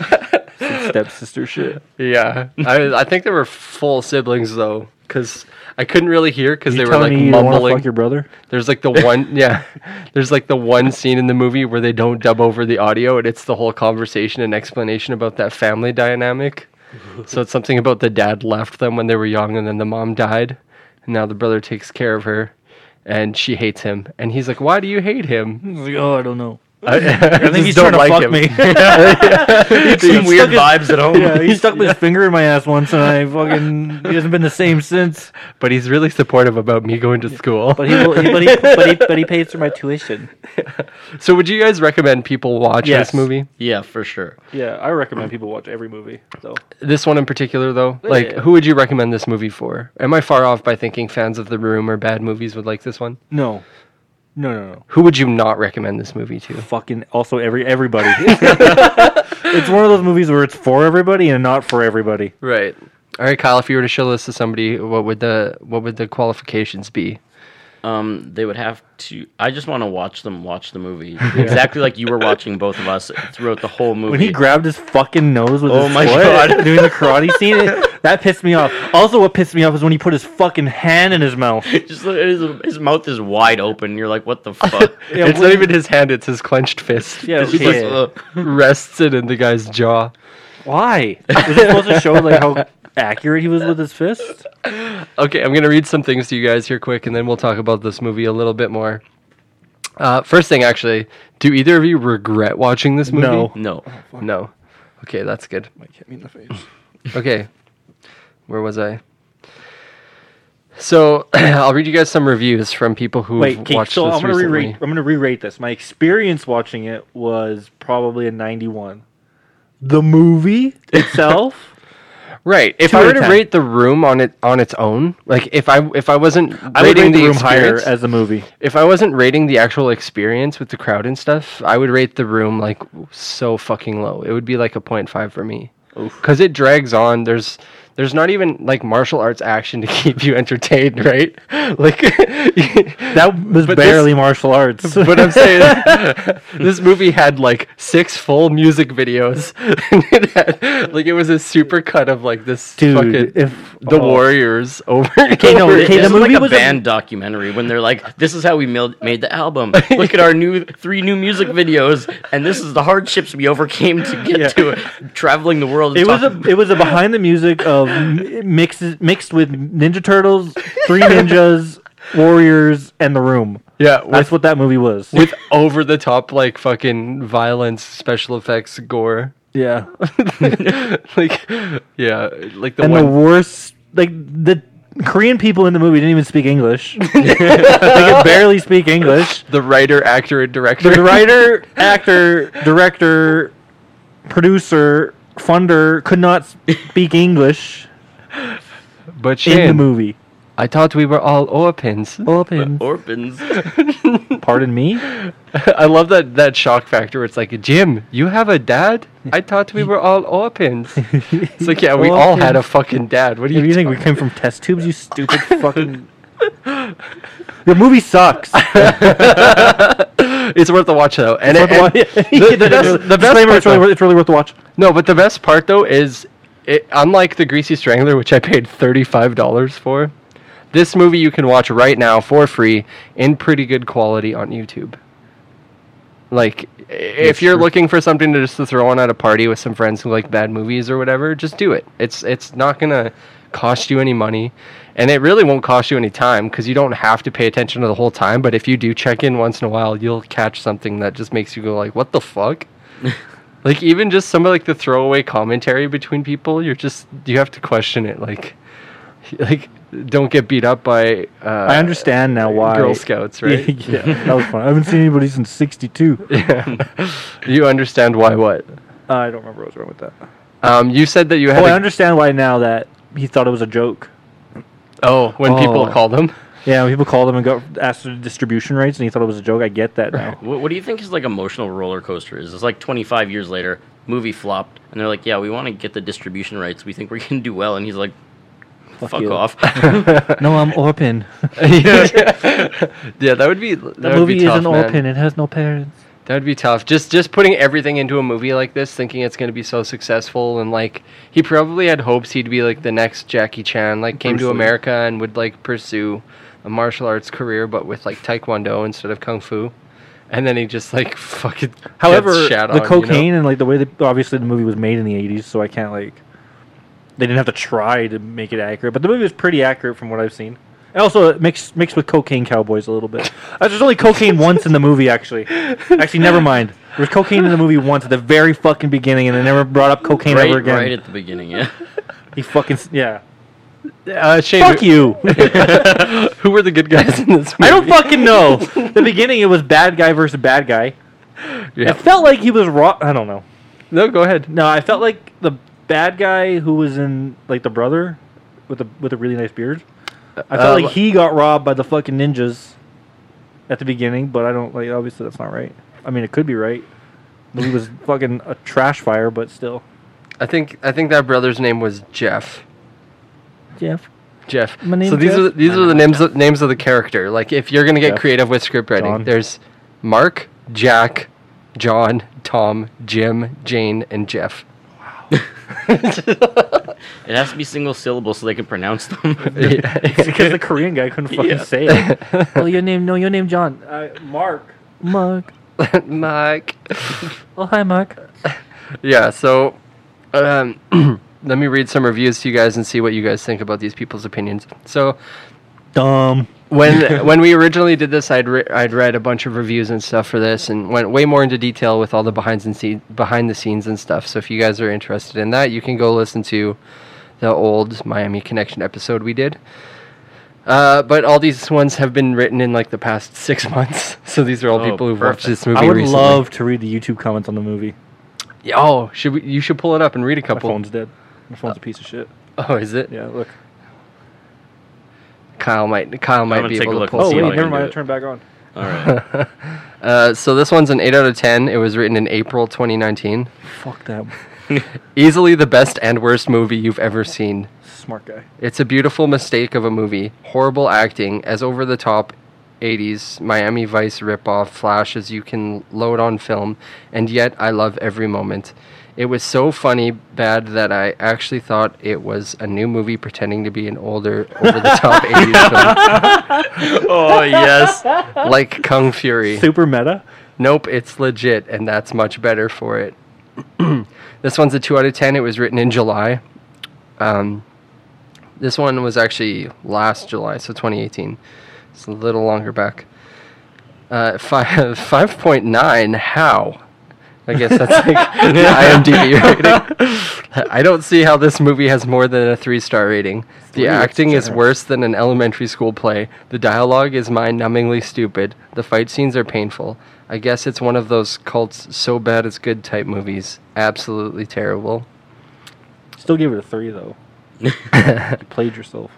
Speaker 9: stepsister shit.
Speaker 1: Yeah. I I think they were full siblings though cuz I couldn't really hear cuz they
Speaker 9: You
Speaker 1: were
Speaker 9: telling
Speaker 1: like
Speaker 9: me you don't wanna
Speaker 1: mumbling.
Speaker 9: fuck your brother?
Speaker 1: There's like the one yeah. There's like the one scene in the movie where they don't dub over the audio and it's the whole conversation and explanation about that family dynamic. so it's something about the dad left them when they were young and then the mom died and now the brother takes care of her and she hates him and he's like why do you hate him?
Speaker 9: He's like, oh, I don't know.
Speaker 1: I,
Speaker 9: I think he's trying to fuck me.
Speaker 8: Some weird vibes at home.
Speaker 9: yeah, he stuck with his finger in my ass once, and I fucking he hasn't been the same since.
Speaker 1: But he's really supportive about me going to school.
Speaker 9: But he, will, he, but, he, but, he but he pays for my tuition.
Speaker 1: So would you guys recommend people watch
Speaker 9: Yes.
Speaker 1: this movie?
Speaker 8: Yeah, for sure.
Speaker 9: Yeah, I recommend people watch every movie. So
Speaker 1: This one in particular though? Like who would you recommend this movie for? Am I far off by thinking fans of The Room or bad movies would like this one?
Speaker 9: no, no, no, no.
Speaker 1: Who would you not recommend this movie to?
Speaker 9: Fucking also every everybody. it's one of those movies where it's for everybody and not for everybody.
Speaker 1: Right. All right, Kyle, if you were to show this to somebody, what would the what would the qualifications be?
Speaker 8: Um, they would have to. I just want to watch them watch the movie exactly like you were watching both of us throughout the whole movie.
Speaker 9: When he grabbed his fucking nose with
Speaker 8: Oh
Speaker 9: his
Speaker 8: my
Speaker 9: foot
Speaker 8: God.
Speaker 9: doing the karate scene, it, that pissed me off. Also, what pissed me off is when he put his fucking hand in his mouth.
Speaker 8: just look, his, his mouth is wide open. You're like, what the fuck?
Speaker 9: Yeah,
Speaker 1: it's
Speaker 9: when-
Speaker 1: not even his hand, it's his clenched fist.
Speaker 9: Yeah,
Speaker 1: He
Speaker 8: Like,
Speaker 1: just
Speaker 9: okay.
Speaker 8: ugh.
Speaker 1: rests it in the guy's jaw.
Speaker 9: Why? Was it supposed to show like how accurate he was with his fist?
Speaker 1: Okay, I'm going to read some things to you guys here quick, and then we'll talk about this movie a little bit more. Uh, first thing, actually, do either of you regret watching this movie?
Speaker 9: No.
Speaker 8: No.
Speaker 1: No. Okay, that's good.
Speaker 10: Mike hit me in the face.
Speaker 1: Okay. Where was I? So I'll read you guys some reviews from people who
Speaker 9: Wait,
Speaker 1: have
Speaker 9: okay,
Speaker 1: watched
Speaker 9: so
Speaker 1: this
Speaker 9: I'm gonna
Speaker 1: recently.
Speaker 9: re-rate. I'm gonna re-rate this. My experience watching it was probably a 91. The movie itself,
Speaker 1: Right. If
Speaker 9: Two
Speaker 1: I
Speaker 9: out
Speaker 1: were
Speaker 9: of
Speaker 1: to
Speaker 9: ten.
Speaker 1: rate the room on it on its own, like if I if I wasn't
Speaker 9: I would
Speaker 1: rating
Speaker 9: rate the,
Speaker 1: the,
Speaker 9: room higher
Speaker 1: experience,
Speaker 9: as a movie.
Speaker 1: if I wasn't rating the actual experience with the crowd and stuff, I would rate the room like so fucking low. It would be like a 0.5 for me. Cuz it drags on. There's there's not even like martial arts action to keep you entertained, right? Like
Speaker 9: That was
Speaker 1: But this-
Speaker 9: barely martial arts.
Speaker 1: But I'm saying this movie had like six full music videos. And it had, like it was a super cut of like this
Speaker 9: Dude,
Speaker 1: fucking
Speaker 9: if
Speaker 1: the
Speaker 9: oh,
Speaker 1: Warriors over. Okay,
Speaker 9: no, okay,
Speaker 8: this
Speaker 9: the
Speaker 8: is
Speaker 9: movie
Speaker 8: like a
Speaker 9: was a-
Speaker 8: band documentary when they're like, "This is how we mil- made the album. Look at our new three new music videos, and this is the hardships we overcame to get to it. Traveling the world."
Speaker 9: It
Speaker 8: and
Speaker 9: was
Speaker 8: talking-
Speaker 9: a it was a behind the music of m- mixes mixed with Ninja Turtles, Three Ninjas, Warriors, and The Room.
Speaker 1: yeah,
Speaker 9: That's
Speaker 1: with,
Speaker 9: what that movie was.
Speaker 1: with over the top like fucking violence, special effects, gore.
Speaker 9: Yeah,
Speaker 1: like, yeah, like the
Speaker 9: and the
Speaker 1: one.
Speaker 9: worst like the Korean people in the movie didn't even speak English. they could barely speak English.
Speaker 1: the writer, actor, and director.
Speaker 9: The writer, actor, director, producer, funder could not speak English
Speaker 1: but
Speaker 9: in the
Speaker 1: Shane,
Speaker 9: movie.
Speaker 1: I thought we were all orphans.
Speaker 9: Open.
Speaker 8: Orphans.
Speaker 9: Pardon me.
Speaker 1: I love that that shock factor. Where it's like, Jim, you have a dad? I thought we were all orphans. It's like, yeah, we all had a fucking dad. What do you,
Speaker 9: What do you think we came from test tubes? You stupid fucking. the movie sucks.
Speaker 1: talking- It's worth a watch though. And, it, and
Speaker 9: the,
Speaker 1: the best- the best part,
Speaker 9: it's, really,
Speaker 1: though-
Speaker 9: worth- it's really worth the watch.
Speaker 1: no, but the best part though is, it, unlike the Greasy Strangler, which I paid thirty five dollars for, this movie you can watch right now for free in pretty good quality on YouTube. Like, i- if you're looking for something to just to throw on at a party with some friends who like bad movies or whatever, just do it. It's it's not gonna cost you any money, and it really won't cost you any time because you don't have to pay attention to the whole time. But if you do check in once in a while, you'll catch something that just makes you go like, "What the fuck." Like even just some of like the throwaway commentary between people, you're just you have to question it. Like, like don't get beat up by. Uh,
Speaker 9: I understand now why.
Speaker 1: Girl Scouts, right?
Speaker 9: yeah, that was fun. I haven't seen anybody since '62.
Speaker 1: You understand why what?
Speaker 9: Oh, I don't remember what was wrong with that.
Speaker 1: Um, you said that you had.
Speaker 9: Oh,
Speaker 1: a-
Speaker 9: I understand why now that he thought it was a joke.
Speaker 1: oh, when people
Speaker 9: Oh.
Speaker 1: call them.
Speaker 9: Yeah, when people called him and got asked for distribution rights, and he thought it was a joke. I get that now.
Speaker 8: What, what do you think is like emotional roller coaster? Is it's like 25 years later, movie flopped, and they're like, "Yeah, we want to get the distribution rights. We think we're gonna do well," and he's like, "Fuck,
Speaker 9: you."
Speaker 8: off."
Speaker 9: no, I'm Orpin.
Speaker 1: Yeah, that would be. That,
Speaker 9: The
Speaker 1: would
Speaker 9: movie
Speaker 1: be tough,
Speaker 9: is an
Speaker 1: man.
Speaker 9: Orpin. It has no parents.
Speaker 1: That would be tough. Just just putting everything into a movie like this, thinking it's going to be so successful, and like he probably had hopes he'd be like the next Jackie Chan, like came to America and would like pursue a martial arts career, but with like taekwondo instead of kung fu, and then he just like fucking.
Speaker 9: However,
Speaker 1: gets shat
Speaker 9: the
Speaker 1: on,
Speaker 9: cocaine
Speaker 1: You know?
Speaker 9: and like the way that obviously the movie was made in the '80s, so I can't like they didn't have to try to make it accurate, but the movie was pretty accurate from what I've seen. And also it mixed mixed with cocaine cowboys a little bit. Uh, There's only cocaine once in the movie, actually. Actually, never mind. There was cocaine in the movie once at the very fucking beginning, and they never brought up cocaine
Speaker 8: right,
Speaker 9: ever again.
Speaker 8: right at the beginning, yeah.
Speaker 9: he fucking s- yeah.
Speaker 1: Uh, Shane,
Speaker 9: Fuck
Speaker 1: who-
Speaker 9: you.
Speaker 1: Who were the good guys in this? Movie?
Speaker 9: I don't fucking know. the beginning it was bad guy versus bad guy.
Speaker 1: Yeah.
Speaker 9: It felt like he was raw. I don't know.
Speaker 1: No, go ahead.
Speaker 9: No, I felt like the bad guy who was in like the brother with the with a really nice beard. I felt
Speaker 1: Uh,
Speaker 9: like he got robbed by the fucking ninjas at the beginning, but I don't like obviously that's not right. I mean, it could be right. The Movie was fucking a trash fire, but still.
Speaker 1: I think I think that brother's name was Jeff.
Speaker 9: Jeff
Speaker 1: Jeff.
Speaker 9: My name's
Speaker 1: so these
Speaker 9: Jeff.
Speaker 1: are these are the names of, names of the character. Like if you're gonna get
Speaker 9: Jeff.
Speaker 1: creative with script writing,
Speaker 9: John.
Speaker 1: there's Mark, Jack, John, Tom, Jim, Jane, and Jeff.
Speaker 8: It has to be single syllable so they can pronounce them.
Speaker 9: because the Korean guy couldn't fucking say it. well, your name? No, your name John. Uh, Mark. Mark.
Speaker 1: Mike.
Speaker 9: Oh, hi, Mark.
Speaker 1: Yeah. So, um, let me read some reviews to you guys and see what you guys think about these people's opinions. So
Speaker 9: Dumb.
Speaker 1: when when we originally did this, I'd re- I'd read a bunch of reviews and stuff for this, and went way more into detail with all the behind the scenes behind the scenes and stuff. So if you guys are interested in that, you can go listen to the old Miami Connection episode we did. Uh, but all these ones have been written in like the past six months, so these are all
Speaker 8: Oh,
Speaker 1: people who've watched
Speaker 8: perfect.
Speaker 1: this movie.
Speaker 9: I would
Speaker 1: recently.
Speaker 9: love to read the YouTube comments on the movie.
Speaker 1: Yeah, Oh, should we, you should pull it up and read a
Speaker 9: My
Speaker 1: couple?
Speaker 9: phone's dead. My phone's a piece of shit.
Speaker 1: Oh, is it?
Speaker 9: Yeah, look.
Speaker 1: Kyle might Kyle might
Speaker 8: gonna
Speaker 1: be
Speaker 8: take a
Speaker 1: able to
Speaker 8: look
Speaker 1: pull.
Speaker 8: and
Speaker 9: Oh
Speaker 8: see
Speaker 1: some
Speaker 8: if
Speaker 1: up.
Speaker 9: wait,
Speaker 8: I
Speaker 9: never
Speaker 8: can do
Speaker 9: mind. I
Speaker 8: it.
Speaker 9: turned back on.
Speaker 8: All right.
Speaker 1: Uh, so this one's an 8 out of 10. It was written in April 2019.
Speaker 9: Fuck that
Speaker 1: Easily the best and worst movie you've ever seen.
Speaker 9: smart guy.
Speaker 1: It's a beautiful mistake of a movie, horrible acting, as over the top 80s Miami Vice ripoff flash as you can load on film, and yet I love every moment. It was so funny bad that I actually thought it was a new movie pretending to be an older, over the top 80s
Speaker 8: oh yes.
Speaker 1: film, like Kung Fury.
Speaker 9: Super meta.
Speaker 1: Nope, it's legit, and that's much better for it. this one's a 2 out of 10. It was written in July. Um, this one was actually last July, so 2018. It's a little longer back. Uh, five, 5.9, how? I guess that's like the IMDb rating. I don't see how this movie has more than a three star rating. The acting is worse than an elementary school play. The dialogue is mind numbingly stupid. The fight scenes are painful. I guess it's one of those cults so bad it's good type movies. Absolutely terrible.
Speaker 9: Still gave it a three though. you played yourself.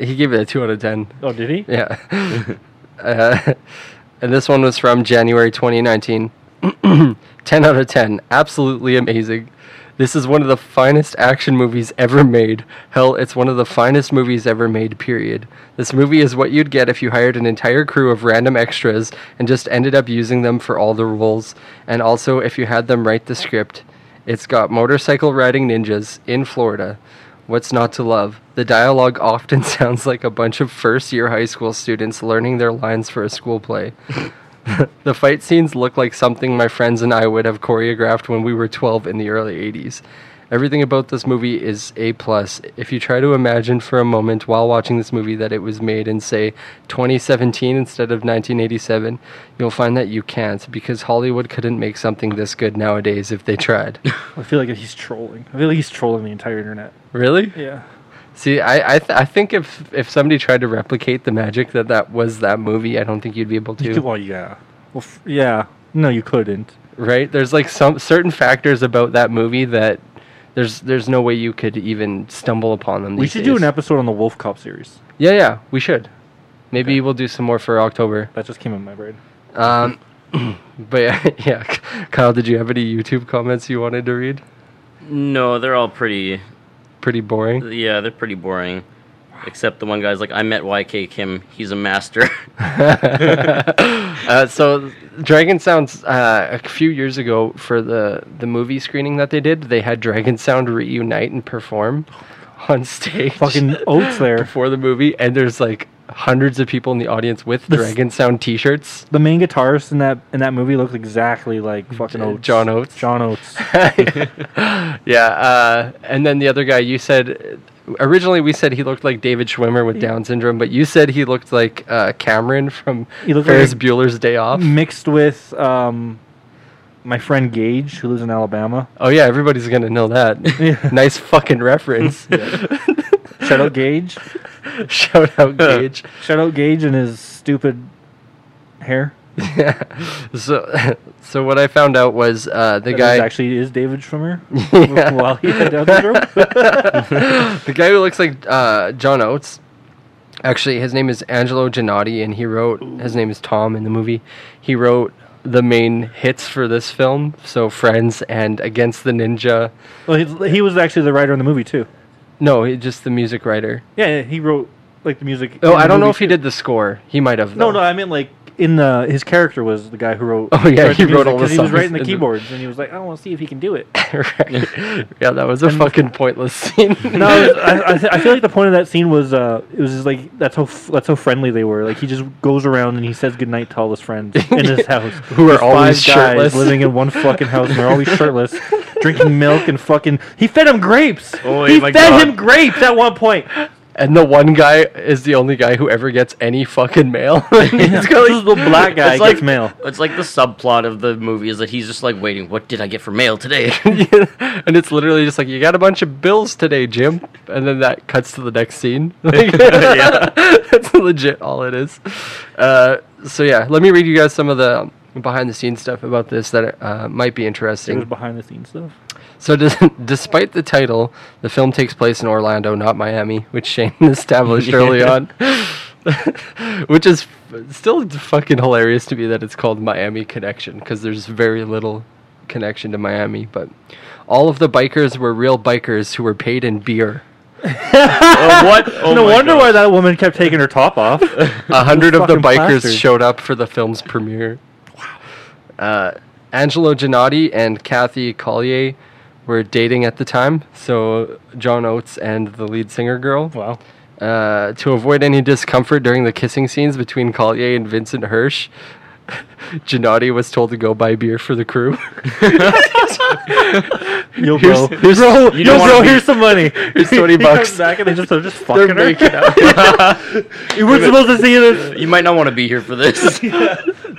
Speaker 1: he gave it a 2 out of 10.
Speaker 9: Oh, did he?
Speaker 1: Yeah. uh, and this one was from January 2019. 10 out of 10. Absolutely amazing. This is one of the finest action movies ever made. Hell, it's one of the finest movies ever made, period. This movie is what you'd get if you hired an entire crew of random extras and just ended up using them for all the roles, and also if you had them write the script. It's got motorcycle riding ninjas in Florida. What's not to love? The dialogue often sounds like a bunch of first year high school students learning their lines for a school play. the fight scenes look like something my friends and I would have choreographed when we were 12 in the early 80s. Everything about this movie is A plus. If you try to imagine for a moment while watching this movie that it was made in say 2017 instead of 1987, you'll find that you can't because Hollywood couldn't make something this good nowadays if they tried.
Speaker 9: I feel like he's trolling. I feel like he's trolling the entire internet.
Speaker 1: really?
Speaker 9: Yeah.
Speaker 1: See, I I, th- I think if if somebody tried to replicate the magic that that was that movie, I don't think you'd be able to.
Speaker 9: Well, yeah. Well, f- yeah. No, you couldn't.
Speaker 1: right? There's like some certain factors about that movie that there's there's no way you could even stumble upon them.
Speaker 9: We
Speaker 1: these
Speaker 9: should do
Speaker 1: days.
Speaker 9: an episode on the Wolf Cop series.
Speaker 1: Yeah, yeah, we should. Maybe we'll do some more for October.
Speaker 9: That just came in my brain.
Speaker 1: Um, but yeah, yeah, Kyle, did you have any YouTube comments you wanted to read?
Speaker 8: No, they're all pretty.
Speaker 1: Pretty boring.
Speaker 8: Yeah, they're pretty boring. Except the one guy's like, I met YK Kim. He's a master.
Speaker 1: Uh, so Dragon Sounds uh, a few years ago for the the movie screening that they did, they had Dragon Sound reunite and perform on stage
Speaker 9: Fucking oats there.
Speaker 1: before the movie, and there's like hundreds of people in the audience with
Speaker 9: This-
Speaker 1: Dragon Sound T-shirts.
Speaker 9: The main guitarist in that in that movie looked exactly like fucking
Speaker 1: Uh,
Speaker 9: Oates.
Speaker 1: John Oates.
Speaker 9: John Oates.
Speaker 1: Yeah, uh, and then the other guy you said originally we said he looked like David Schwimmer with Down syndrome, but you said he looked like uh, Cameron from
Speaker 9: He looked
Speaker 1: Ferris
Speaker 9: like-
Speaker 1: Bueller's Day Off.
Speaker 9: Mixed with um, my friend Gage, who lives in Alabama.
Speaker 1: Oh yeah, everybody's gonna know that. nice fucking reference.
Speaker 9: Shout out Gage.
Speaker 1: Shout out Gage.
Speaker 9: Shout out Gage and his stupid hair.
Speaker 1: So, so what I found out was uh, the
Speaker 9: That
Speaker 1: guy,
Speaker 9: is actually is David Schwimmer. While he had Down syndrome.
Speaker 1: the guy who looks like uh, John Oates. Actually, his name is Angelo Giannotti, and he wrote. His name is Tom in the movie. He wrote the main hits for this film, so Friends and Against the Ninja.
Speaker 9: Well, he, he was actually the writer in the movie too.
Speaker 1: No, he, just the music writer.
Speaker 9: Yeah, yeah, he wrote like the music.
Speaker 1: Oh,
Speaker 9: in the
Speaker 1: I don't know
Speaker 9: movie,
Speaker 1: if he
Speaker 9: too.
Speaker 1: did the score. He might have.
Speaker 9: No,
Speaker 1: though.
Speaker 9: no, I mean like in the his character was the guy who wrote.
Speaker 1: Oh, yeah,
Speaker 9: wrote
Speaker 1: he wrote
Speaker 9: music,
Speaker 1: all the
Speaker 9: 'cause He was
Speaker 1: songs.
Speaker 9: writing the keyboards, and he was like, "I want to see if he can do it."
Speaker 1: Right. yeah, that was a fucking pointless scene.
Speaker 9: No, it was- I, I, th- I feel like the point of that scene was uh, it was just like that's how f- that's how friendly they were. Like he just goes around and he says goodnight to all his friends in his house,
Speaker 1: Who are
Speaker 9: There's
Speaker 1: always
Speaker 9: five guys
Speaker 1: shirtless.
Speaker 9: living in one fucking house, and they're always shirtless, drinking milk and fucking. He fed him grapes.
Speaker 8: Oh,
Speaker 9: he
Speaker 8: my
Speaker 9: fed
Speaker 8: God.
Speaker 9: him grapes at one point.
Speaker 1: and the one guy is the only guy who ever gets any fucking mail.
Speaker 9: It's the black guy
Speaker 8: it's
Speaker 9: gets
Speaker 8: like-
Speaker 9: mail.
Speaker 8: It's like the subplot of the movie is that he's just like waiting. What did I get for mail today?
Speaker 1: and it's literally just like you got a bunch of bills today, Jim, and then that cuts to the next scene. Like, that's legit all it is. Uh, so yeah, let me read you guys some of the behind the scenes stuff about this that uh, might be
Speaker 9: It was
Speaker 1: interesting.
Speaker 9: behind the scenes stuff.
Speaker 1: So des- despite the title, the film takes place in Orlando, not Miami, which Shane established early on. which is f- still fucking hilarious to me that it's called Miami Connection because there's very little connection to Miami, but all of the bikers were real bikers who were paid in beer.
Speaker 8: Oh, what? Oh
Speaker 9: no
Speaker 8: my
Speaker 9: wonder
Speaker 8: God.
Speaker 9: why that woman kept taking her top off.
Speaker 1: A hundred of the
Speaker 9: fucking
Speaker 1: bikers
Speaker 9: plastered.
Speaker 1: showed up for the film's premiere. Uh, Angelo Giannotti and Kathy Collier were dating at the time, so John Oates and the lead singer girl.
Speaker 9: wow.
Speaker 1: Uh, to avoid any discomfort during the kissing scenes between Collier and Vincent Hirsch, Gennady was told to go buy beer for the crew.
Speaker 9: Yo,
Speaker 1: Here's-
Speaker 9: bro. Here's, bro,
Speaker 8: you don't
Speaker 9: yo,
Speaker 8: wanna
Speaker 9: bro
Speaker 8: be-
Speaker 9: here's some money.
Speaker 1: Here's 20
Speaker 9: He comes
Speaker 1: bucks.
Speaker 9: back and they just, they're just fucking her.
Speaker 1: making
Speaker 9: You weren't supposed to see this.
Speaker 8: You might not want to be here for this.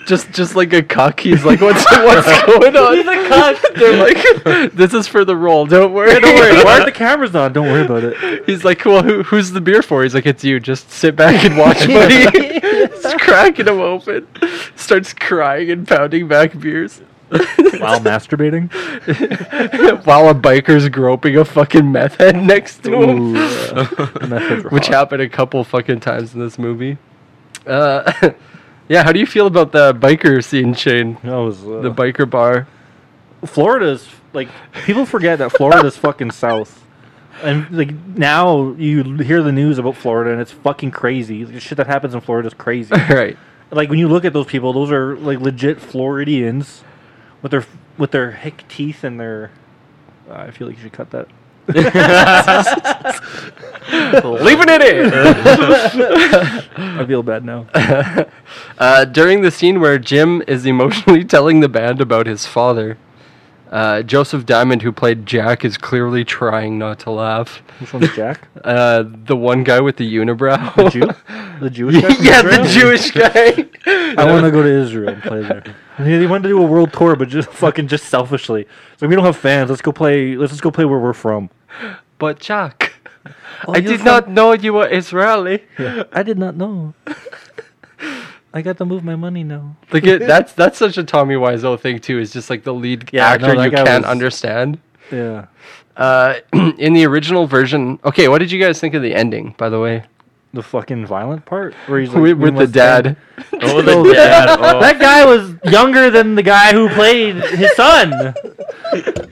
Speaker 1: just, just like a cuck, he's like, "What's what's going on?" He's a cuck. They're like, "This is for the role. Don't worry,
Speaker 9: Don't worry. Why are the cameras on? Don't worry about it.
Speaker 1: He's like, "Well, who, who's the beer for?" He's like, "It's you. Just sit back and watch, buddy." He's cracking them open, starts crying and pounding back beers.
Speaker 9: While masturbating.
Speaker 1: while a biker's groping a fucking meth head next to him,
Speaker 9: Ooh, uh, and that's it.
Speaker 1: which happened a couple fucking times in this movie. Uh, yeah, how do you feel about the biker scene, Shane?
Speaker 9: That was uh,
Speaker 1: The biker bar.
Speaker 9: Florida's like people forget that Florida's fucking south. And like now you hear the news about Florida and it's fucking crazy. The shit that happens in Florida is crazy.
Speaker 1: right.
Speaker 9: like when you look at those people, those are like legit Floridians with their with their hick teeth and their uh, I feel like you should cut that.
Speaker 1: Leaving it in.
Speaker 9: I feel bad now.
Speaker 1: Uh, during the scene where Jim is emotionally telling the band about his father, uh, Joseph Diamond, who played Jack, is clearly trying not to laugh.
Speaker 9: Which one's Jack?
Speaker 1: Uh, the one guy with the unibrow.
Speaker 9: The Jew? The Jewish guy? from
Speaker 1: yeah, the
Speaker 9: Israel?
Speaker 1: Jewish guy.
Speaker 9: I want to go to Israel and play there. They they wanted to do a world tour, but just fucking just selfishly. So we don't have fans. Let's go play. Let's just go play where we're from.
Speaker 1: But Jack, I did not know you were Israeli.
Speaker 9: I did not know. I got to move my money now.
Speaker 1: Like it, that's that's such a Tommy Wiseau thing too. Is just like the lead
Speaker 9: Yeah,
Speaker 1: actor
Speaker 9: no, that
Speaker 1: you
Speaker 9: guy
Speaker 1: can't
Speaker 9: was-
Speaker 1: understand.
Speaker 9: Yeah.
Speaker 1: Uh, in the original version, okay, what did you guys think of the ending? By the way,
Speaker 9: The fucking violent part where he's like,
Speaker 1: with,
Speaker 9: we
Speaker 1: with the
Speaker 9: must
Speaker 1: dad,
Speaker 8: Oh, the dad. Oh.
Speaker 9: That guy was younger than the guy who played his son.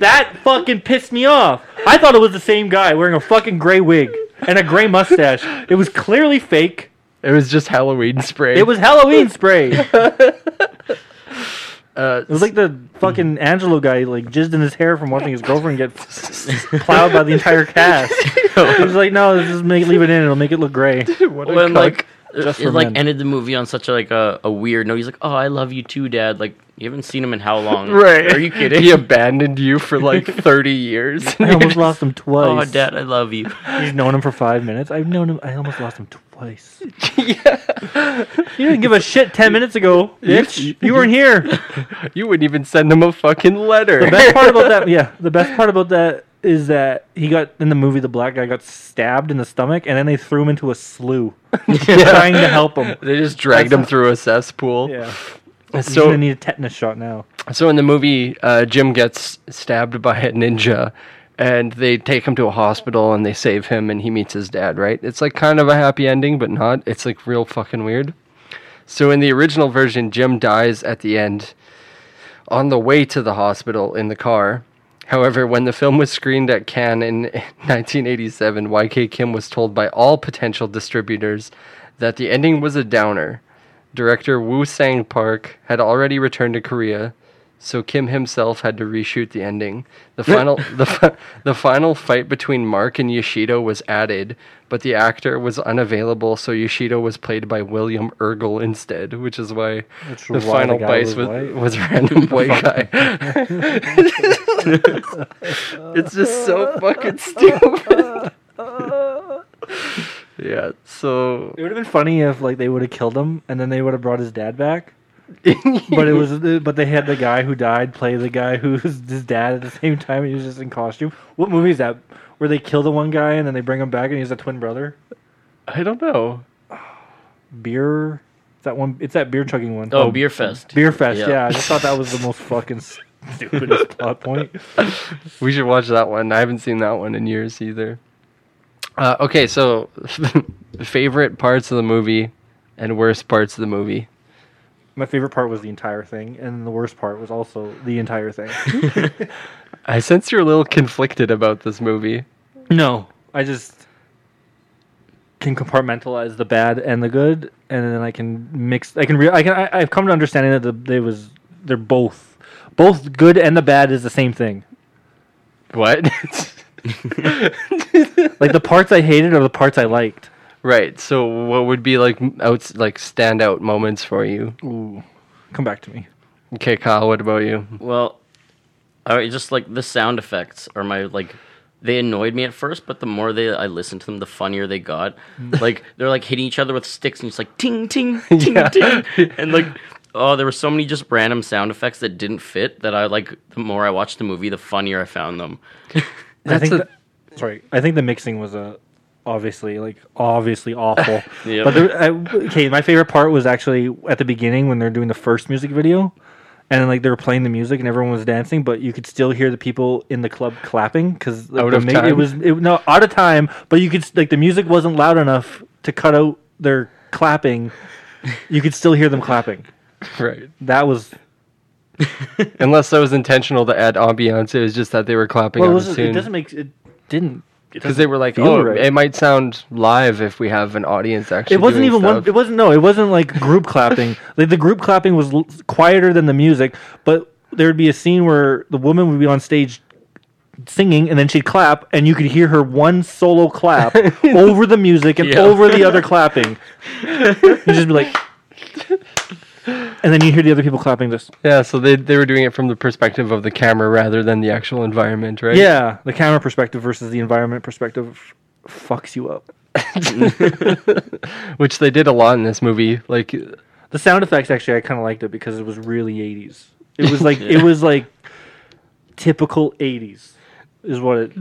Speaker 9: that fucking pissed me off. I thought it was the same guy wearing a fucking gray wig and a gray mustache. It was clearly fake.
Speaker 1: it was just Halloween spray.
Speaker 9: It was Halloween spray.
Speaker 1: Uh,
Speaker 9: it was like the fucking Angelo guy, like jizzed in his hair from watching his girlfriend get plowed by the entire cast. He was like, "No, let's just make leave it in. It'll make it look gray."
Speaker 1: what
Speaker 8: Well, and like it,
Speaker 9: for
Speaker 8: it, like
Speaker 9: men.
Speaker 8: ended the movie on such a like a, a weird note. He's like, "Oh, I love you too, Dad." Like you haven't seen him in how long?
Speaker 1: right?
Speaker 8: Are you kidding?
Speaker 1: He abandoned you for like thirty years.
Speaker 9: I almost lost him
Speaker 8: Oh,
Speaker 9: twice.
Speaker 8: Dad, I love you.
Speaker 9: He's known him for five minutes. I've known him. I almost lost him twice. yeah. You didn't give a shit ten minutes ago, bitch. You weren't here.
Speaker 1: you wouldn't even send him a fucking letter.
Speaker 9: The best part about that, yeah, the best part about that is that he got in the movie. The black guy got stabbed in the stomach, and then they threw him into a slough, trying to help him.
Speaker 1: they just dragged him
Speaker 9: That's-
Speaker 1: through a cesspool.
Speaker 9: Yeah, he's
Speaker 1: So
Speaker 9: gonna need a tetanus shot now.
Speaker 1: So in the movie, uh, Jim gets stabbed by a ninja, and they take him to a hospital and they save him, and he meets his dad. Right? It's like kind of a happy ending, but not. It's like real fucking weird. So in the original version, Jim dies at the end on the way to the hospital in the car. However, when the film was screened at Cannes in 1987, YK Kim was told by all potential distributors that the ending was a downer. Director Woo Sang Park had already returned to Korea, so Kim himself had to reshoot the ending. The final the fi- the final fight between Mark and Yoshido was added, but the actor was unavailable, so Yoshido was played by William Ergel instead, which is why
Speaker 9: Which
Speaker 1: the
Speaker 9: was why
Speaker 1: final
Speaker 9: the
Speaker 1: fight
Speaker 9: guy
Speaker 1: was
Speaker 9: was
Speaker 1: was,
Speaker 9: white.
Speaker 1: random white guy. it's just so fucking stupid. Yeah. So
Speaker 9: It would have been funny if like they would have killed him and then they would have brought his dad back. but it was but they had the guy who died play the guy who's his dad at the same time. He was just in costume. What movie is that? Where they kill the one guy and then they bring him back and he's a twin brother.
Speaker 1: I don't know.
Speaker 9: Beer. It's that one. It's that beer chugging one.
Speaker 8: Oh, beer fest.
Speaker 9: beer fest.
Speaker 8: yeah.
Speaker 9: Yeah. I just thought that was the most fucking stupidest plot point.
Speaker 1: We should watch that one. I haven't seen that one in years either. Uh, okay, so favorite parts of the movie and worst parts of the movie.
Speaker 9: My favorite part was the entire thing, and the worst part was also the entire thing.
Speaker 1: I sense you're a little conflicted about this movie.
Speaker 9: No, I just can compartmentalize the bad and the good, and then I can mix. I can. Re- I can. I, I've come to understanding that the, they was they're both both good and the bad is the same thing.
Speaker 1: What?
Speaker 9: Like the parts I hated are the parts I liked.
Speaker 1: right. So, what would be like out like standout moments for you?
Speaker 9: Come back to me.
Speaker 1: Okay, Kyle. What about you?
Speaker 8: Well, all right, just like the sound effects are my like they annoyed me at first, but the more they I listened to them, the funnier they got.
Speaker 1: Mm.
Speaker 8: like they're like hitting each other with sticks and it's like ting ting ting ting and like oh, there were so many just random sound effects that didn't fit that I like the more I watched the movie, the funnier I found them.
Speaker 9: I think.
Speaker 1: a-
Speaker 9: the- sorry, I think the mixing was a obviously like obviously awful.
Speaker 8: Yep.
Speaker 9: But there, I, okay, my favorite part was actually at the beginning when they're doing the first music video, and like they were playing the music and everyone was dancing, but you could still hear the people in the club clapping because like,
Speaker 1: Out
Speaker 9: the
Speaker 1: of
Speaker 9: ma-
Speaker 1: time?
Speaker 9: it was it, no out of time, but you could s- like the music wasn't loud enough to cut out their clapping. You could still hear them clapping.
Speaker 1: Right.
Speaker 9: That was
Speaker 1: Unless that was intentional to add ambiance, it was just that they were clapping
Speaker 9: well. It,
Speaker 1: out
Speaker 9: was,
Speaker 1: of
Speaker 9: it
Speaker 1: tune.
Speaker 9: doesn't make it didn't
Speaker 1: because they were like,
Speaker 9: feel
Speaker 1: "Oh,
Speaker 9: right.
Speaker 1: it might sound live if we have an audience." Actually,
Speaker 9: It wasn't
Speaker 1: doing
Speaker 9: even
Speaker 1: stuff.
Speaker 9: one. It wasn't no. It wasn't like group clapping. Like the group clapping was l- quieter than the music, but there would be a scene where the woman would be on stage singing, and then she'd clap, and you could hear her one solo clap over the music and
Speaker 8: Yeah.
Speaker 9: over the other clapping. You'd just be like, and then you hear the other people clapping. This,
Speaker 1: Yeah, so they they were doing it from the perspective of the camera rather than the actual environment, right?
Speaker 9: yeah, the camera perspective versus the environment perspective f- fucks you up.
Speaker 1: Which they did a lot in this movie. Like
Speaker 9: The sound effects actually I kind of liked it because it was really 80s. It was like it was like typical 80s is what it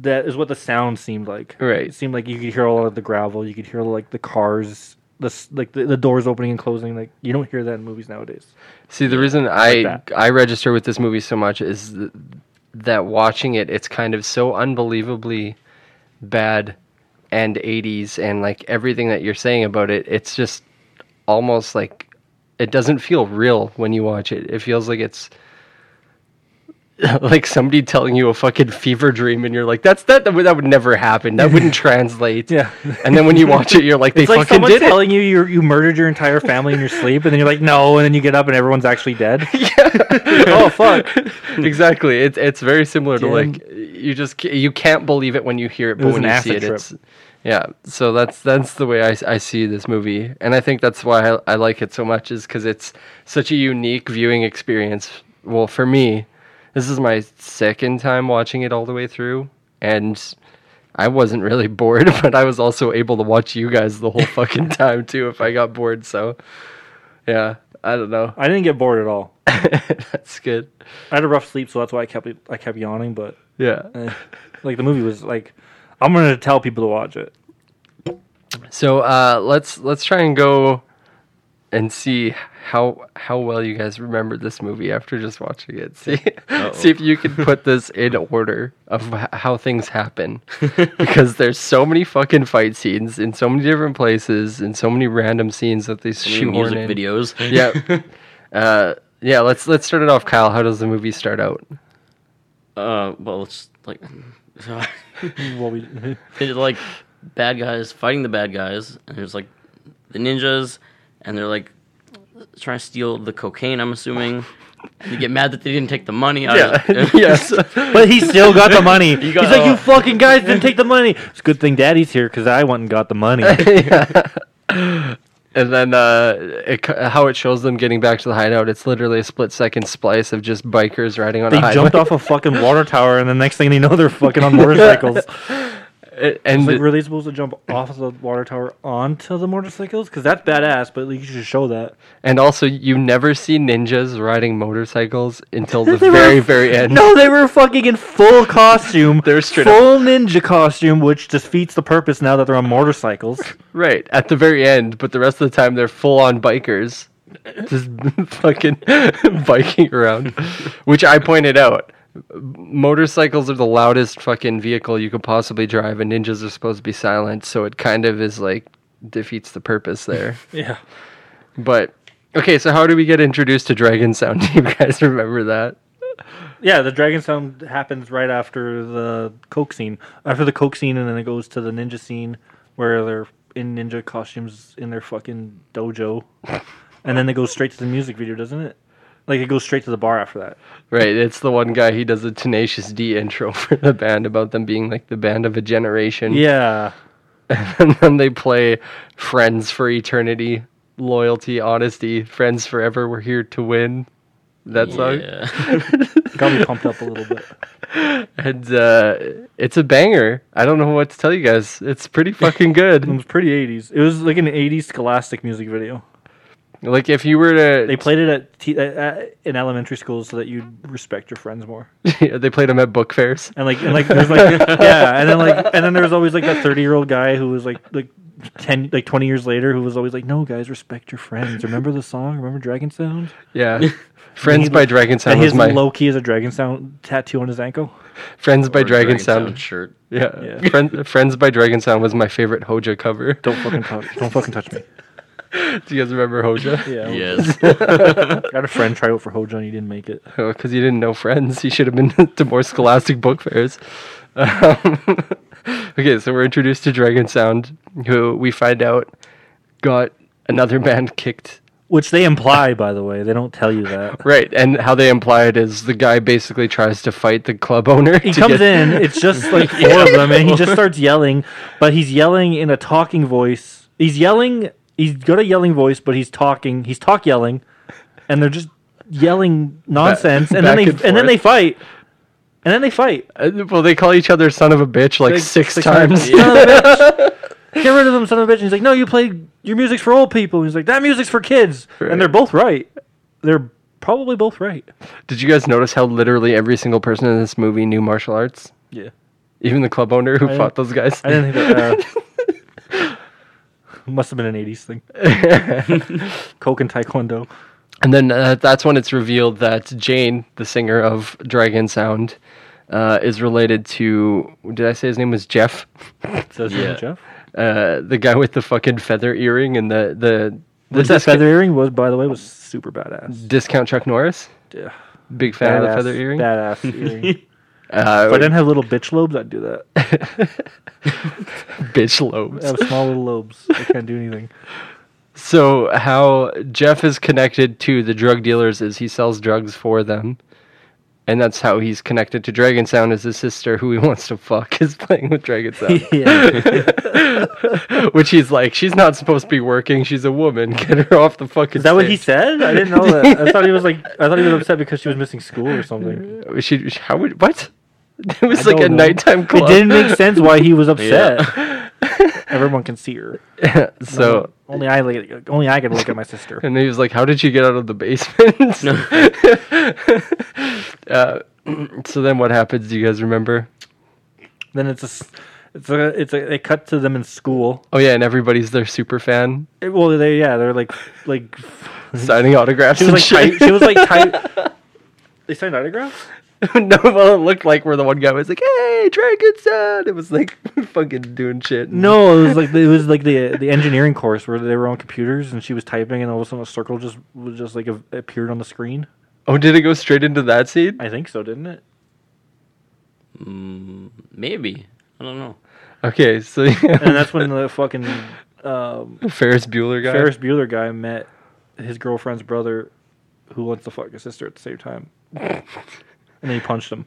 Speaker 9: that is what the sound seemed like.
Speaker 1: Right.
Speaker 9: It seemed like you could hear all of the gravel, you could hear like the cars, the s- like the, the doors opening and closing like you don't hear that in movies nowadays.
Speaker 1: See, the reason I
Speaker 9: that.
Speaker 1: I register with this movie so much is th- that watching it, it's kind of so unbelievably bad and 80s and like everything that you're saying about it, it's just almost like it doesn't feel real when you watch it. It feels like it's like somebody telling you a fucking fever dream and you're like that's that that would, that would never happen. That wouldn't translate.
Speaker 9: Yeah.
Speaker 1: And then when you watch it you're like they
Speaker 9: It's like
Speaker 1: fucking
Speaker 9: someone
Speaker 1: did it.
Speaker 9: telling you you you murdered your entire family in your sleep and then you're like no and then you get up and everyone's actually dead.
Speaker 1: oh fuck exactly it's it's very similar to
Speaker 9: Damn.
Speaker 1: like you just ca- you can't believe it when you hear it but
Speaker 9: was
Speaker 1: when
Speaker 9: an
Speaker 1: you see it
Speaker 9: acid trip.
Speaker 1: it's yeah so that's that's the way I, s- I see this movie and i think that's why i, I like it so much is because it's such a unique viewing experience well for me this is my second time watching it all the way through and I wasn't really bored, but I was also able to watch you guys the whole fucking time too if I got bored. So, yeah, I don't know.
Speaker 9: I didn't get bored at all.
Speaker 1: That's good.
Speaker 9: I had a rough sleep so that's why I kept I kept yawning but
Speaker 1: Yeah.
Speaker 9: like the movie was like I'm going to tell people to watch it.
Speaker 1: So uh, let's let's try and go and see how how well you guys remember this movie after just watching it. See see if you can put this in order of h- how things happen because there's so many fucking fight scenes in so many different places and so many random scenes that they
Speaker 8: New
Speaker 1: shoehorn
Speaker 8: music
Speaker 1: in.
Speaker 8: videos.
Speaker 1: Yeah. uh, yeah, let's let's start it off, Kyle. How does the movie start out?
Speaker 8: Uh, well, it's like
Speaker 9: Well, we
Speaker 8: they're like bad guys fighting the bad guys, and there's like the ninjas, and they're like trying to steal the cocaine. I'm assuming. And they get mad that they didn't take the money. I was-
Speaker 1: yes.
Speaker 9: But he still got the money.
Speaker 8: got-
Speaker 9: He's like,
Speaker 8: oh.
Speaker 9: you fucking guys didn't take the money. It's a good thing Daddy's here because I went and got the money.
Speaker 1: And then uh, it, c- how it shows them getting back to the hideout, it's literally a split second splice of just bikers riding on
Speaker 9: They
Speaker 1: a highway.
Speaker 9: jumped off a fucking water tower, and the next thing they know, they're fucking on motorcycles.
Speaker 1: A- And
Speaker 9: like, were they supposed to jump off the water tower onto the motorcycles? Because that's badass, but like, you should show that.
Speaker 1: and also, you never see ninjas riding motorcycles until the
Speaker 9: They were-
Speaker 1: very, very end.
Speaker 9: No, they were fucking in full costume.
Speaker 1: They're straight up-
Speaker 9: full ninja costume, which defeats the purpose now that they're on motorcycles.
Speaker 1: Right, at the very end, but the rest of the time they're full on bikers. Just fucking biking around, which I pointed out. Motorcycles are the loudest fucking vehicle you could possibly drive, and ninjas are supposed to be silent, so it kind of is like defeats the purpose there.
Speaker 9: yeah.
Speaker 1: but okay, so how do we get introduced to Dragon Sound? Do you guys remember that?
Speaker 9: Yeah, the dragon sound happens right after the coke scene. After the coke scene, and then it goes to the ninja scene where they're in ninja costumes in their fucking dojo, and then it goes straight to the music video, doesn't it? Like it goes straight to the bar after that.
Speaker 1: Right, it's the one guy he does a Tenacious D intro for the band about them being like the band of a generation.
Speaker 9: Yeah,
Speaker 1: and then they play Friends for Eternity, Loyalty, Honesty, Friends Forever, We're Here to Win. That song.
Speaker 8: Yeah.
Speaker 9: got me pumped up a little bit.
Speaker 1: And uh, it's a banger. I don't know what to tell you guys. It's pretty fucking
Speaker 9: It
Speaker 1: good.
Speaker 9: was pretty '80s. It was like an '80s Scholastic music video.
Speaker 1: like, if you were to.
Speaker 9: They played it at, t- at, at in elementary schools so that you'd respect your friends more.
Speaker 1: Yeah, they played them at book fairs.
Speaker 9: and like and like there's like yeah and then like and then there was always like that 30 year old guy who was like like 10 like 20 years later who was always like no guys respect your friends remember the song remember dragon sound
Speaker 1: Yeah. Friends
Speaker 9: he-
Speaker 1: by Dragon Sound
Speaker 9: and
Speaker 1: was
Speaker 9: his
Speaker 1: my.
Speaker 9: low key is a dragon sound tattoo on his ankle
Speaker 1: Friends by
Speaker 8: Or
Speaker 1: Dragon, Sound.
Speaker 8: shirt.
Speaker 1: Yeah.
Speaker 9: Yeah.
Speaker 1: Friend, Friends by Dragon Sound was my favorite Hoja cover.
Speaker 9: don't fucking touch don't fucking touch me
Speaker 1: Do you guys remember Hoja?
Speaker 9: yeah,
Speaker 8: Yes.
Speaker 9: got a friend try out for hojo and he didn't make it
Speaker 1: because you didn't know friends. You should have been to more scholastic book fairs. Um, okay, so we're introduced to Dragon Sound, who we find out got another band kicked.
Speaker 9: which they imply by the way they don't tell you that
Speaker 1: Right, and how they imply it is the guy basically tries to fight the club owner.
Speaker 9: he comes in. It's just like four of them, and he just starts yelling. But he's yelling in a talking voice. He's yelling. He's got a yelling voice, but he's talking. He's talk yelling, and they're just yelling nonsense. and then
Speaker 1: back
Speaker 9: they
Speaker 1: and
Speaker 9: and, then
Speaker 1: forth.
Speaker 9: they fight. And then they fight.
Speaker 1: in. Uh, Well, they call each other "son of a bitch" like, six, times.
Speaker 9: Son of a bitch. Get rid of them, son of a bitch. And he's like, no, you play your music's for old people. And he's like, that music's for kids.
Speaker 1: Right.
Speaker 9: And they're both right. They're probably both right.
Speaker 1: Did you guys notice how literally every single person in this movie knew martial arts?
Speaker 9: Yeah.
Speaker 1: Even the club owner who
Speaker 9: I-
Speaker 1: fought those guys.
Speaker 9: I didn't think that. Uh, must have been an '80s thing. Coke and Taekwondo.
Speaker 1: And then uh, that's when it's revealed that Jane, the singer of Dragon Sound, uh, is related to. Did I say his name was Jeff?
Speaker 9: Says
Speaker 8: Yeah.
Speaker 9: Jeff.
Speaker 1: Uh, the guy with the fucking feather earring and the the, the
Speaker 9: Which that
Speaker 1: disca-
Speaker 9: feather earring was, by the way, was super badass.
Speaker 1: discount Chuck Norris.
Speaker 9: Yeah.
Speaker 1: Big fan of
Speaker 9: Badass
Speaker 1: the feather earring.
Speaker 9: Badass earring. if
Speaker 1: Uh,
Speaker 9: I didn't have little bitch lobes, I'd do that.
Speaker 1: bitch lobes.
Speaker 9: I have small little lobes. I can't do anything.
Speaker 1: So how Jeff is connected to the drug dealers is he sells drugs for them. And that's how he's connected to Dragon Sound is his sister who he wants to fuck is playing with Dragon Sound.
Speaker 9: yeah.
Speaker 1: Which he's like, she's not supposed to be working. She's a woman. Get her off the fucking.
Speaker 9: Is that what he said? I didn't know that. I thought he was like, I thought he was upset because she was missing school or something.
Speaker 1: he? She, how would what? It was
Speaker 9: I
Speaker 1: like a
Speaker 9: don't know.
Speaker 1: nighttime club.
Speaker 9: It didn't make sense why he was upset. Everyone can see her.
Speaker 1: so.
Speaker 9: Only I like- only I can look at my sister.
Speaker 1: And he was like, "How did you get out of the basement?" uh, so then, what happens? Do you guys remember?
Speaker 9: Then it's a, s- it's a, it's a. They cut to them in school.
Speaker 1: Oh yeah, and everybody's their super fan,
Speaker 9: Eh, Well, they yeah, they're like like
Speaker 1: signing autographs.
Speaker 9: she was like
Speaker 1: and
Speaker 9: type,
Speaker 1: shit.
Speaker 9: she was like type. They signed autographs.
Speaker 1: no, well, it looked like where the one guy was like, "Hey, Dragon Sound." It was like fucking doing shit.
Speaker 9: No, it was like it was like the the engineering course where they were on computers and she was typing and all of a sudden a circle just was just like a, appeared on the screen.
Speaker 1: Oh, did it go straight into that scene?
Speaker 9: I think so, didn't it?
Speaker 8: Um, Maybe. I don't know.
Speaker 1: Okay, so yeah,
Speaker 9: And that's when the fucking um,
Speaker 1: Ferris Bueller guy.
Speaker 9: Ferris Bueller guy met his girlfriend's brother, who wants to fuck his sister at the same time. And then he punched him.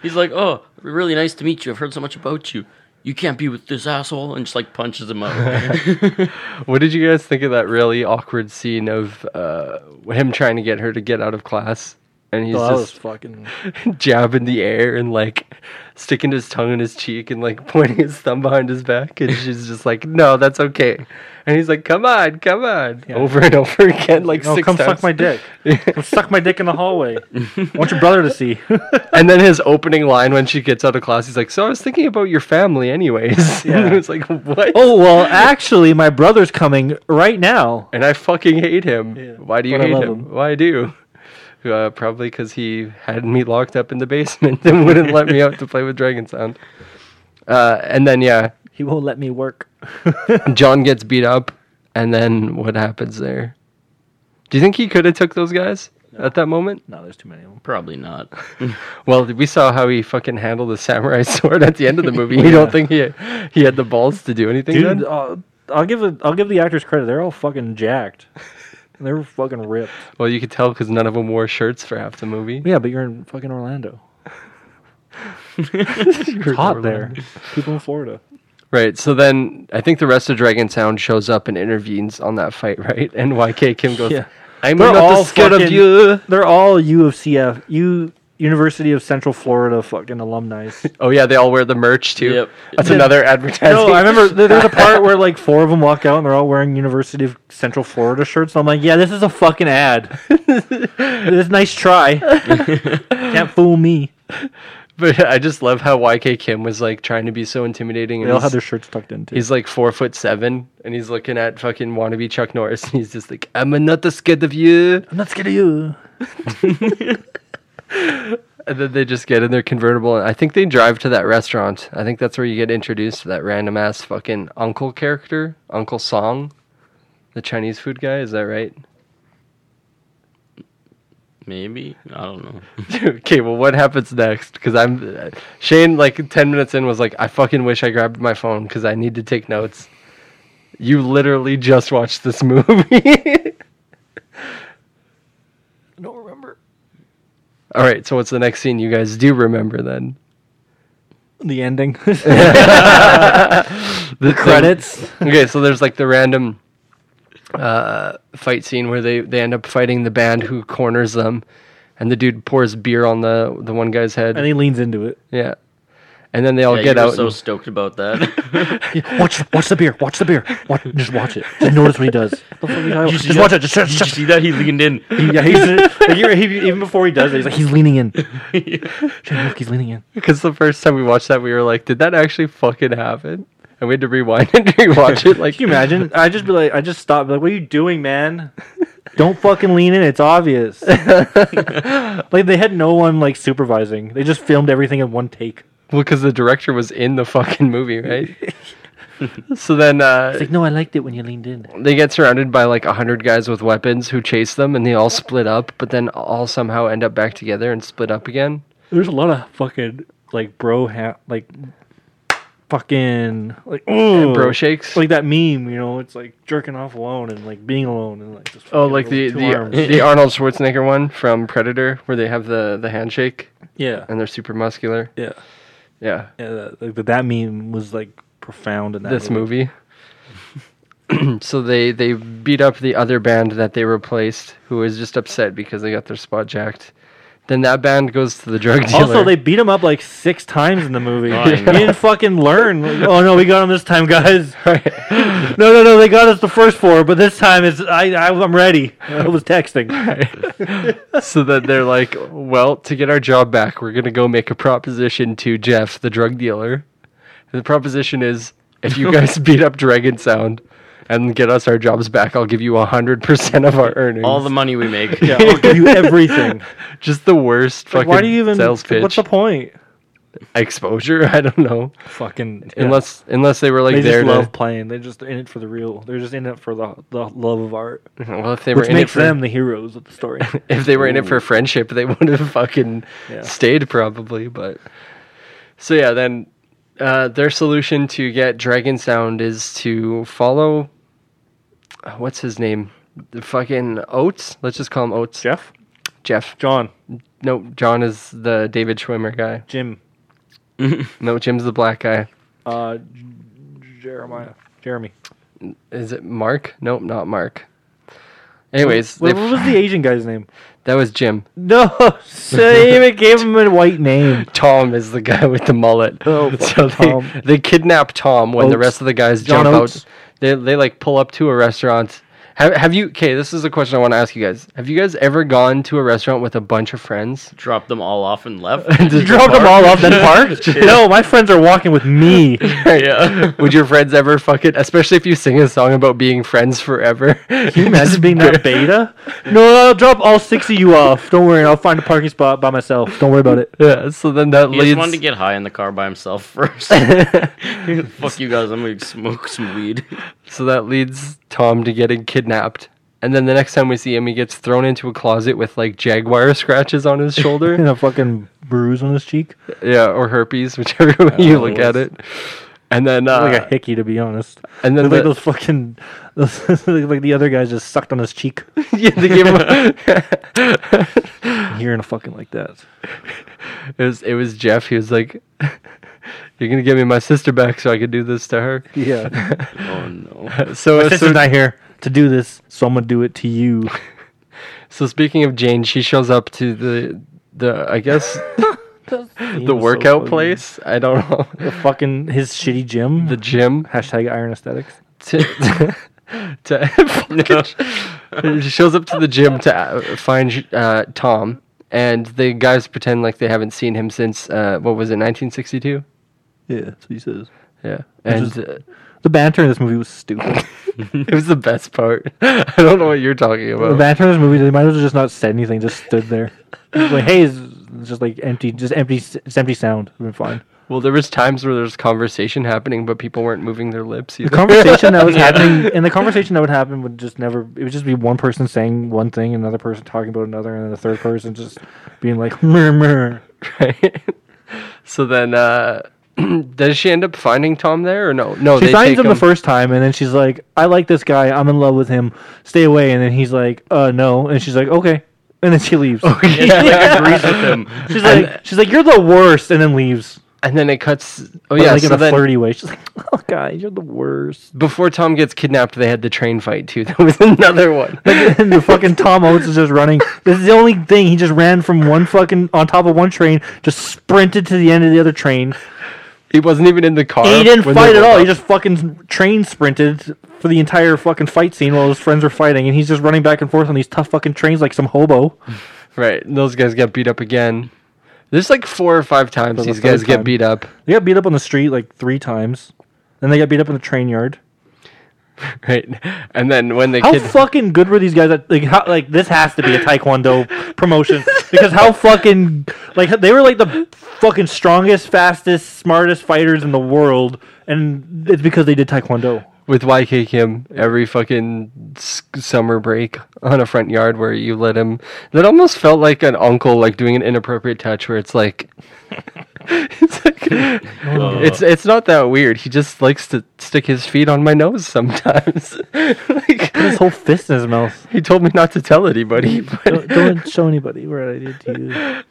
Speaker 8: He's like, oh, really nice to meet you. I've heard so much about you. You can't be with this asshole, and just like punches him out.
Speaker 1: What did you guys think of that really awkward scene of uh, him trying to get her to get out of class? and
Speaker 9: Oh,
Speaker 1: he's
Speaker 10: that was
Speaker 1: just
Speaker 10: fucking.
Speaker 1: jabbing the air and like sticking his tongue in his cheek and like pointing his thumb behind his back and she's just like no that's okay and he's like come on come on over and over again like
Speaker 9: No,
Speaker 1: six
Speaker 9: Oh, come
Speaker 1: times
Speaker 9: suck my dick. come suck my dick in the hallway. I want your brother to see.
Speaker 1: and then his opening line when she gets out of class he's like so i was thinking about your family anyways and
Speaker 9: Yeah.
Speaker 1: it's like what
Speaker 9: oh well, actually, my brother's coming right now.
Speaker 1: and i fucking hate him why do you
Speaker 10: But I
Speaker 1: hate
Speaker 10: love
Speaker 1: him?
Speaker 10: him.
Speaker 1: why do uh, probably because he had me locked up in the basement and wouldn't let me out to play with dragon sound uh, and then yeah
Speaker 10: He won't let me work.
Speaker 1: John gets beat up, and then what happens there? Do you think he could have took those guys at that moment?
Speaker 10: No, there's too many of them.
Speaker 8: Probably not.
Speaker 1: Well, we saw how he fucking handled the samurai sword at the end of the movie. You don't think he he had the balls to do anything?
Speaker 9: Dude,
Speaker 1: then?
Speaker 9: uh, I'll give the I'll give the actors credit. They're all fucking jacked. They're fucking ripped.
Speaker 1: Well, you could tell because none of them wore shirts for half the movie.
Speaker 9: Yeah, but you're in fucking Orlando. It's hot there. People in Florida.
Speaker 1: Right. So then I think the rest of Dragon Sound shows up and intervenes on that fight, right? And YK Kim goes,
Speaker 9: Yeah.
Speaker 1: "I'm
Speaker 9: They're
Speaker 1: not
Speaker 9: all
Speaker 1: scared of
Speaker 9: fucking-
Speaker 1: you."
Speaker 9: They're all U of CF, U University of Central Florida fucking alumni.
Speaker 1: Oh yeah, they all wear the merch too.
Speaker 8: Yep.
Speaker 1: That's another advertising.
Speaker 9: No, I remember there- there's a part where like four of them walk out and they're all wearing University of Central Florida shirts. I'm like, yeah, this is a fucking ad. this nice try. Can't fool me.
Speaker 1: But I just love how YK Kim was like trying to be so intimidating. And
Speaker 9: They all
Speaker 1: he's,
Speaker 9: had their shirts tucked in too.
Speaker 1: he's like four foot seven, and he's looking at fucking wannabe Chuck Norris, and he's just like, "I'm not scared of you."
Speaker 9: I'm not scared of you.
Speaker 1: And then they just get in their convertible, and I think they drive to that restaurant. I think that's where you get introduced to that random ass fucking uncle character, Uncle Song, the Chinese food guy. Is that right?
Speaker 8: Maybe I don't know.
Speaker 1: okay, well, what happens next? Because I'm Shane. Like ten minutes in, was like, I fucking wish I grabbed my phone because I need to take notes. You literally just watched this movie.
Speaker 10: I don't remember.
Speaker 1: All right, so what's the next scene you guys do remember then?
Speaker 9: The ending.
Speaker 1: The
Speaker 10: Credits.
Speaker 1: Okay, so there's like the random uh, fight scene where they, they end up fighting the band who corners them, and the dude pours beer on the the one guy's head.
Speaker 9: and he leans into it.
Speaker 1: yeah, and then they all
Speaker 8: Yeah,
Speaker 1: get
Speaker 8: you were
Speaker 1: out.
Speaker 8: so
Speaker 1: and-
Speaker 8: stoked about that.
Speaker 9: Watch, watch the beer. Watch the beer. Watch, just watch it. Just notice what he does. Just watch it. Just,
Speaker 8: Did
Speaker 9: just,
Speaker 8: you
Speaker 9: just.
Speaker 8: see that he leaned in?
Speaker 9: Yeah, he's, like, you're- he, even before he does it, he's like, he's leaning in. Shane, look, he's leaning in.
Speaker 1: Because the first time we watched that, we were like, "Did that actually fucking happen?" And we had to rewind and rewatch it. Like,
Speaker 9: Can you imagine? I just be like, I just stop. Like, what are you doing, man? Don't fucking lean in. It's obvious. like they had no one like supervising. They just filmed everything in one take.
Speaker 1: well, because the director was in the fucking movie, right? so then uh,
Speaker 9: It's like, no, I liked it when you leaned in.
Speaker 1: they get surrounded by like a hundred guys with weapons who chase them, and they all split up, but then all somehow end up back together and split up again.
Speaker 9: There's a lot of fucking like bro hat like fucking like ooh,
Speaker 1: Bro shakes.
Speaker 9: like that meme. You know, it's like jerking off alone and like being alone and like just
Speaker 1: oh,
Speaker 9: fucking
Speaker 1: like the
Speaker 9: two
Speaker 1: the,
Speaker 9: arms.
Speaker 1: the Arnold Schwarzenegger one from Predator, where they have the the handshake
Speaker 9: yeah
Speaker 1: and they're super muscular.
Speaker 9: yeah
Speaker 1: Yeah,
Speaker 9: yeah that, like, that meme was like profound in that
Speaker 1: this movie. so they they beat up the other band that they replaced, who was just upset because they got their spot jacked. Then that band goes to the drug dealer. Oh,
Speaker 9: Also, they beat him up like six times in the movie.
Speaker 8: I
Speaker 9: he
Speaker 8: know.
Speaker 9: didn't fucking learn. Like, oh no, we got him this time, guys. no, no, no, they got us the first four, but this time it's I, I I'm ready. I was texting.
Speaker 1: so then they're like, well, to get our job back, we're gonna go make a proposition to Jeff, the drug dealer. And the proposition is, if you guys beat up Dragon Sound and get us our jobs back, I'll give you hundred percent of our earnings.
Speaker 8: All the money we make.
Speaker 9: Yeah, I'll give you everything.
Speaker 1: just the worst fucking
Speaker 9: Like, why do you even?
Speaker 1: sales pitch.
Speaker 9: What's the point?
Speaker 1: Exposure? I don't know.
Speaker 9: Fucking
Speaker 1: Unless unless they were like
Speaker 9: they
Speaker 1: there
Speaker 9: just
Speaker 1: to-
Speaker 9: love playing. They're just in it for the real. They're just in it for the the love of art,
Speaker 1: Well, if they were
Speaker 9: which
Speaker 1: in it
Speaker 9: makes
Speaker 1: for,
Speaker 9: them the heroes of the story.
Speaker 1: if they were in it for friendship, they would have fucking
Speaker 9: Yeah.
Speaker 1: stayed probably. But so yeah, then uh, their solution to get Dragon Sound is to follow uh, what's his name, the fucking Oates. Let's just call him Oates.
Speaker 9: Jeff,
Speaker 1: Jeff.
Speaker 9: John,
Speaker 1: No, John is the David Schwimmer guy.
Speaker 9: Jim,
Speaker 1: No, Jim's the black guy.
Speaker 9: uh, J- Jeremiah, Jeremy.
Speaker 1: Is it Mark? Nope, not Mark. Anyways, they-
Speaker 9: What, what was the Asian guy's name?
Speaker 1: that was Jim.
Speaker 9: No, so they even gave him a white name.
Speaker 1: Tom is the guy with the mullet.
Speaker 9: Oh,
Speaker 1: so they,
Speaker 9: Tom.
Speaker 1: they kidnap Tom when the
Speaker 9: Oates.
Speaker 1: rest of the guys
Speaker 9: John
Speaker 1: jump
Speaker 9: Oates.
Speaker 1: out. They they like pull up to a restaurant. Have have you? Okay, this is a question I want to ask you guys. Have you guys ever gone to a restaurant with a bunch of friends?
Speaker 8: Dropped them all off and left.
Speaker 1: Just
Speaker 9: Dropped them all off then parked. No, my friends are walking with me.
Speaker 8: yeah.
Speaker 1: Would your friends ever fuck it? Especially if you sing a song about being friends forever.
Speaker 9: Can you imagine being that beta? No, I'll drop all six of you off. Don't worry, I'll find a parking spot by myself. Don't worry about it.
Speaker 1: Yeah. So then that
Speaker 8: He just
Speaker 1: leads.
Speaker 8: wanted to get high in the car by himself first. Fuck you guys, I'm gonna smoke some weed.
Speaker 1: So that leads Tom to getting kidnapped. And then the next time we see him, he gets thrown into a closet with like jaguar scratches on his shoulder.
Speaker 9: And a fucking bruise on his cheek.
Speaker 1: Yeah, or herpes, whichever way you look at it. And then, uh,
Speaker 9: like a hickey, to be honest.
Speaker 1: and then
Speaker 9: Look like
Speaker 1: the-
Speaker 9: those fucking, those, like the other guys just sucked on his cheek.
Speaker 1: yeah, they gave him a-
Speaker 9: Hearing a fucking like that.
Speaker 1: it was it was Jeff. He was like, "You're gonna give me my sister back so I could do this to her."
Speaker 9: Yeah.
Speaker 8: Oh no.
Speaker 1: So, so,
Speaker 9: My sister's not here to do this, so I'm gonna do it to you.
Speaker 1: so speaking of Jane, she shows up to the the I guess the workout place. I don't know
Speaker 9: The fucking his shitty gym.
Speaker 1: the gym.
Speaker 9: hashtag Iron Aesthetics.
Speaker 1: to, to fucking- she shows up to the gym to uh, find uh, Tom, and the guys pretend like they haven't seen him since uh, what was it, 1962?
Speaker 9: Yeah, that's what he says.
Speaker 1: Yeah, and
Speaker 9: is-
Speaker 1: uh,
Speaker 9: The banter in this movie was stupid.
Speaker 1: it was the best part. I don't know what you're talking
Speaker 9: the
Speaker 1: about.
Speaker 9: banter in this movie, they might as well just not said anything, just stood there. It's like, hey, it's just like empty, just empty, it's empty sound. We've been fine.
Speaker 1: Well, there was times where there was conversation happening, but people weren't moving their lips.
Speaker 9: The
Speaker 1: Either.
Speaker 9: conversation that was happening, and the conversation that would happen would just never. It would just be one person saying one thing, another person talking about another, and then the third person just being like, murmur.
Speaker 1: Right? so then, uh, does she end up finding Tom there or no? No,
Speaker 9: She
Speaker 1: they
Speaker 9: finds
Speaker 1: take
Speaker 9: him, the first time, and then she's like, "I like this guy. I'm in love with him. Stay away." And then he's like, "Uh, no." And she's like, "Okay." And then she leaves.
Speaker 8: Yeah, like agrees with him.
Speaker 9: She's like, "She's like, you're the worst," and then leaves.
Speaker 1: and then it cuts. Oh
Speaker 9: But
Speaker 1: yeah,
Speaker 9: like
Speaker 1: so
Speaker 9: in a
Speaker 1: then-
Speaker 9: flirty way. She's like, "Oh, guys, you're the worst."
Speaker 1: before Tom gets kidnapped, they had the train fight too. That was another one.
Speaker 9: and the fucking Tom Oates is just running. This is the only thing. He just ran from one fucking on top of one train, just sprinted to the end of the other train.
Speaker 1: He wasn't even in the car.
Speaker 9: And he didn't
Speaker 1: Uh, when
Speaker 9: fight
Speaker 1: they
Speaker 9: at
Speaker 1: woke
Speaker 9: all. He
Speaker 1: up.
Speaker 9: just fucking train sprinted for the entire fucking fight scene while his friends were fighting, and he's just running back and forth on these tough fucking trains like some hobo.
Speaker 1: right. and Those guys got beat up again. There's like four or five times
Speaker 9: For the
Speaker 1: these guys
Speaker 9: third
Speaker 1: get
Speaker 9: time.
Speaker 1: beat up.
Speaker 9: They got beat up on the street like three times. Then they got beat up in the train yard.
Speaker 1: Right. And then when they
Speaker 9: How
Speaker 1: kid
Speaker 9: fucking good were these guys? At, like, how, like this has to be a taekwondo promotion because how fucking like they were like the fucking strongest, fastest, smartest fighters in the world, and it's because they did taekwondo.
Speaker 1: with YK Kim every fucking s- summer break on a front yard where you let him. That almost felt like an uncle like doing an inappropriate touch where it's like. it's like
Speaker 9: Oh.
Speaker 1: it's it's not that weird. He just likes to stick his feet on my nose sometimes. like
Speaker 9: His whole fist in his mouth.
Speaker 1: He told me not to tell anybody,
Speaker 9: Don't,
Speaker 1: but
Speaker 9: don't show anybody what I did to you.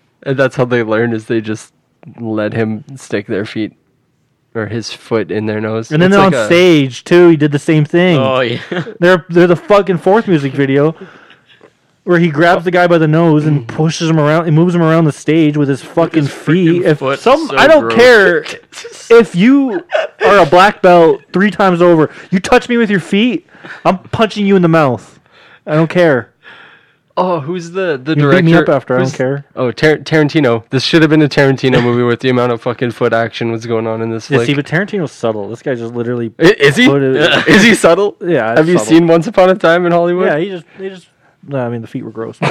Speaker 1: and that's how they learn is they just let him stick their feet or his foot in their nose.
Speaker 9: And then
Speaker 1: It's
Speaker 9: on
Speaker 1: like a-
Speaker 9: stage too, he did the same thing.
Speaker 8: Oh yeah.
Speaker 9: They're they're the fucking fourth music video where he grabs the guy by the nose and pushes him around and moves him around the stage with his fucking feet. If
Speaker 8: foot,
Speaker 9: some
Speaker 8: so
Speaker 9: I don't
Speaker 8: gross.
Speaker 9: care if you are a black belt three times over, you touch me with your feet, I'm punching you in the mouth. I don't care.
Speaker 1: oh, who's the the
Speaker 9: You
Speaker 1: director?
Speaker 9: beat me up after, I don't
Speaker 1: who's-
Speaker 9: care.
Speaker 1: Oh, Tar- Tarantino. This should have been a Tarantino movie with the amount of fucking foot action was going on in this.
Speaker 9: Yeah,
Speaker 1: flick.
Speaker 9: see, but Tarantino's subtle. This guy just literally
Speaker 1: I- is he?
Speaker 9: Put it-
Speaker 1: is he subtle?
Speaker 9: Yeah, it's
Speaker 1: Have you
Speaker 9: subtle.
Speaker 1: seen Once Upon a Time in Hollywood?
Speaker 9: Yeah, he just he just no, I mean the feet were gross. um,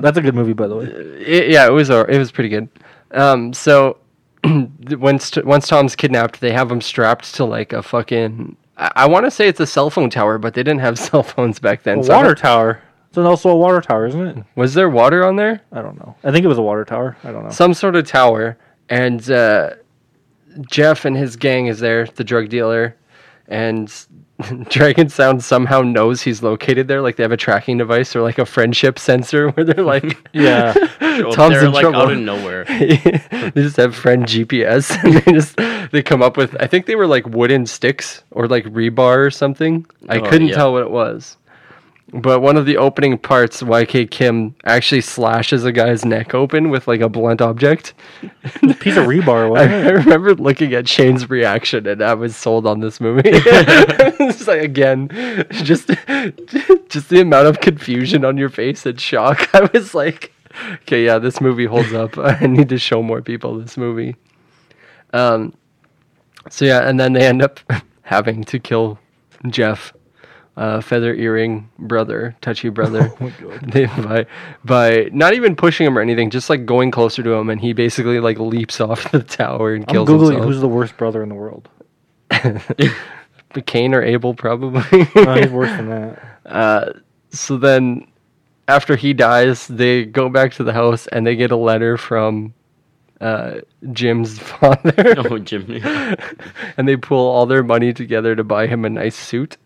Speaker 9: That's a good movie, by the way.
Speaker 1: it, yeah, it was a- it was pretty good. Um, so once once Tom's kidnapped, they have him strapped to like a fucking. I, I want to say it's a cell phone tower, but they didn't have cell phones back then.
Speaker 9: A
Speaker 1: so I
Speaker 9: water
Speaker 1: don't-
Speaker 9: tower. It's also a water tower, isn't it?
Speaker 1: was there water on there?
Speaker 9: I don't know. I think it was a water tower. I don't know.
Speaker 1: Some sort of tower, and uh, Jeff and his gang is there, the drug dealer, and Dragon Sound somehow knows he's located there. Like they have a tracking device or like a friendship sensor where they're like,
Speaker 9: Yeah.
Speaker 1: Tom's
Speaker 8: they're
Speaker 1: in
Speaker 8: like
Speaker 1: trouble.
Speaker 8: out of nowhere.
Speaker 1: they just have friend GPS and they just they come up with I think they were like wooden sticks or like rebar or something. I
Speaker 8: Oh,
Speaker 1: couldn't
Speaker 8: yeah.
Speaker 1: tell what it was. But one of the opening parts, YK Kim actually slashes a guy's neck open with like a blunt object.
Speaker 9: Piece of rebar.
Speaker 1: I,
Speaker 9: Wasn't it?
Speaker 1: I remember looking at Shane's reaction and I was sold on this movie. It's like again, just just the amount of confusion on your face and shock. I was like, okay, yeah, this movie holds up. I need to show more people this movie. Um so yeah, and then they end up having to kill Jeff, uh, feather earring brother, touchy brother, They- by by not even pushing him or anything, just like going closer to him, and he basically like leaps off the tower and
Speaker 9: I'm
Speaker 1: kills
Speaker 9: googling
Speaker 1: himself.
Speaker 9: who's the worst brother in the world.
Speaker 1: Cain or Abel probably.
Speaker 9: No, Uh, he's worse than that.
Speaker 1: so then after he dies, they go back to the house and they get a letter from uh, Jim's father.
Speaker 8: Oh, Jimmy.
Speaker 1: and they pull all their money together to buy him a nice suit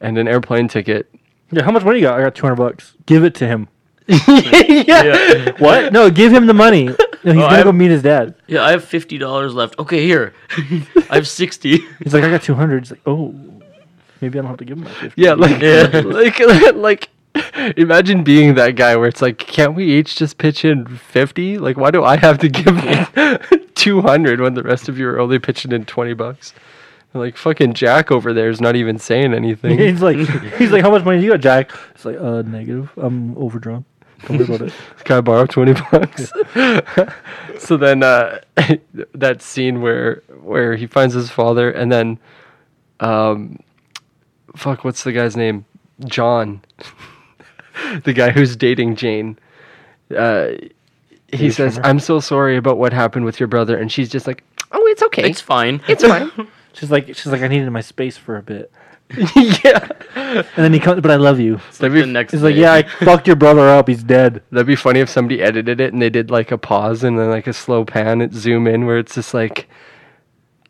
Speaker 1: and an airplane ticket.
Speaker 9: Yeah, how much money you got? I got 200 bucks. Give it to him.
Speaker 8: Yeah.
Speaker 9: What? No, give him the money. No, he's gonna
Speaker 8: I'm-
Speaker 9: go meet his dad.
Speaker 8: Yeah, I have fifty dollars left. Okay, here. I have sixty.
Speaker 9: He's like, I got 200. He's like, oh, maybe I don't have to give him my 50.
Speaker 1: Yeah, like
Speaker 8: Yeah.
Speaker 1: like like imagine being that guy where it's like, can't we each just pitch in fifty? Like, why do I have to give two hundred when the rest of you are only pitching in twenty bucks? And, Like fucking Jack over there is not even saying anything.
Speaker 9: He's like, he's like, how much money do you got, Jack? It's like, uh, negative. I'm overdrawn. Don't worry about it.
Speaker 1: Can I borrow twenty bucks? so then uh, that scene where where he finds his father and then um fuck what's the guy's name john the guy who's dating jane uh he says i'm so sorry about what happened with your brother and she's just like oh it's okay
Speaker 8: It's fine.
Speaker 1: it's fine
Speaker 9: She's like, she's like, I needed my space for a bit.
Speaker 1: yeah
Speaker 9: And then he comes, but I love you.
Speaker 1: that'd,
Speaker 8: the
Speaker 1: be,
Speaker 8: next.
Speaker 9: He's like,
Speaker 8: day.
Speaker 9: yeah, I fucked your brother up. He's dead.
Speaker 1: that'd be funny if somebody edited it and they did like a pause and then like a slow pan and zoom in where it's just like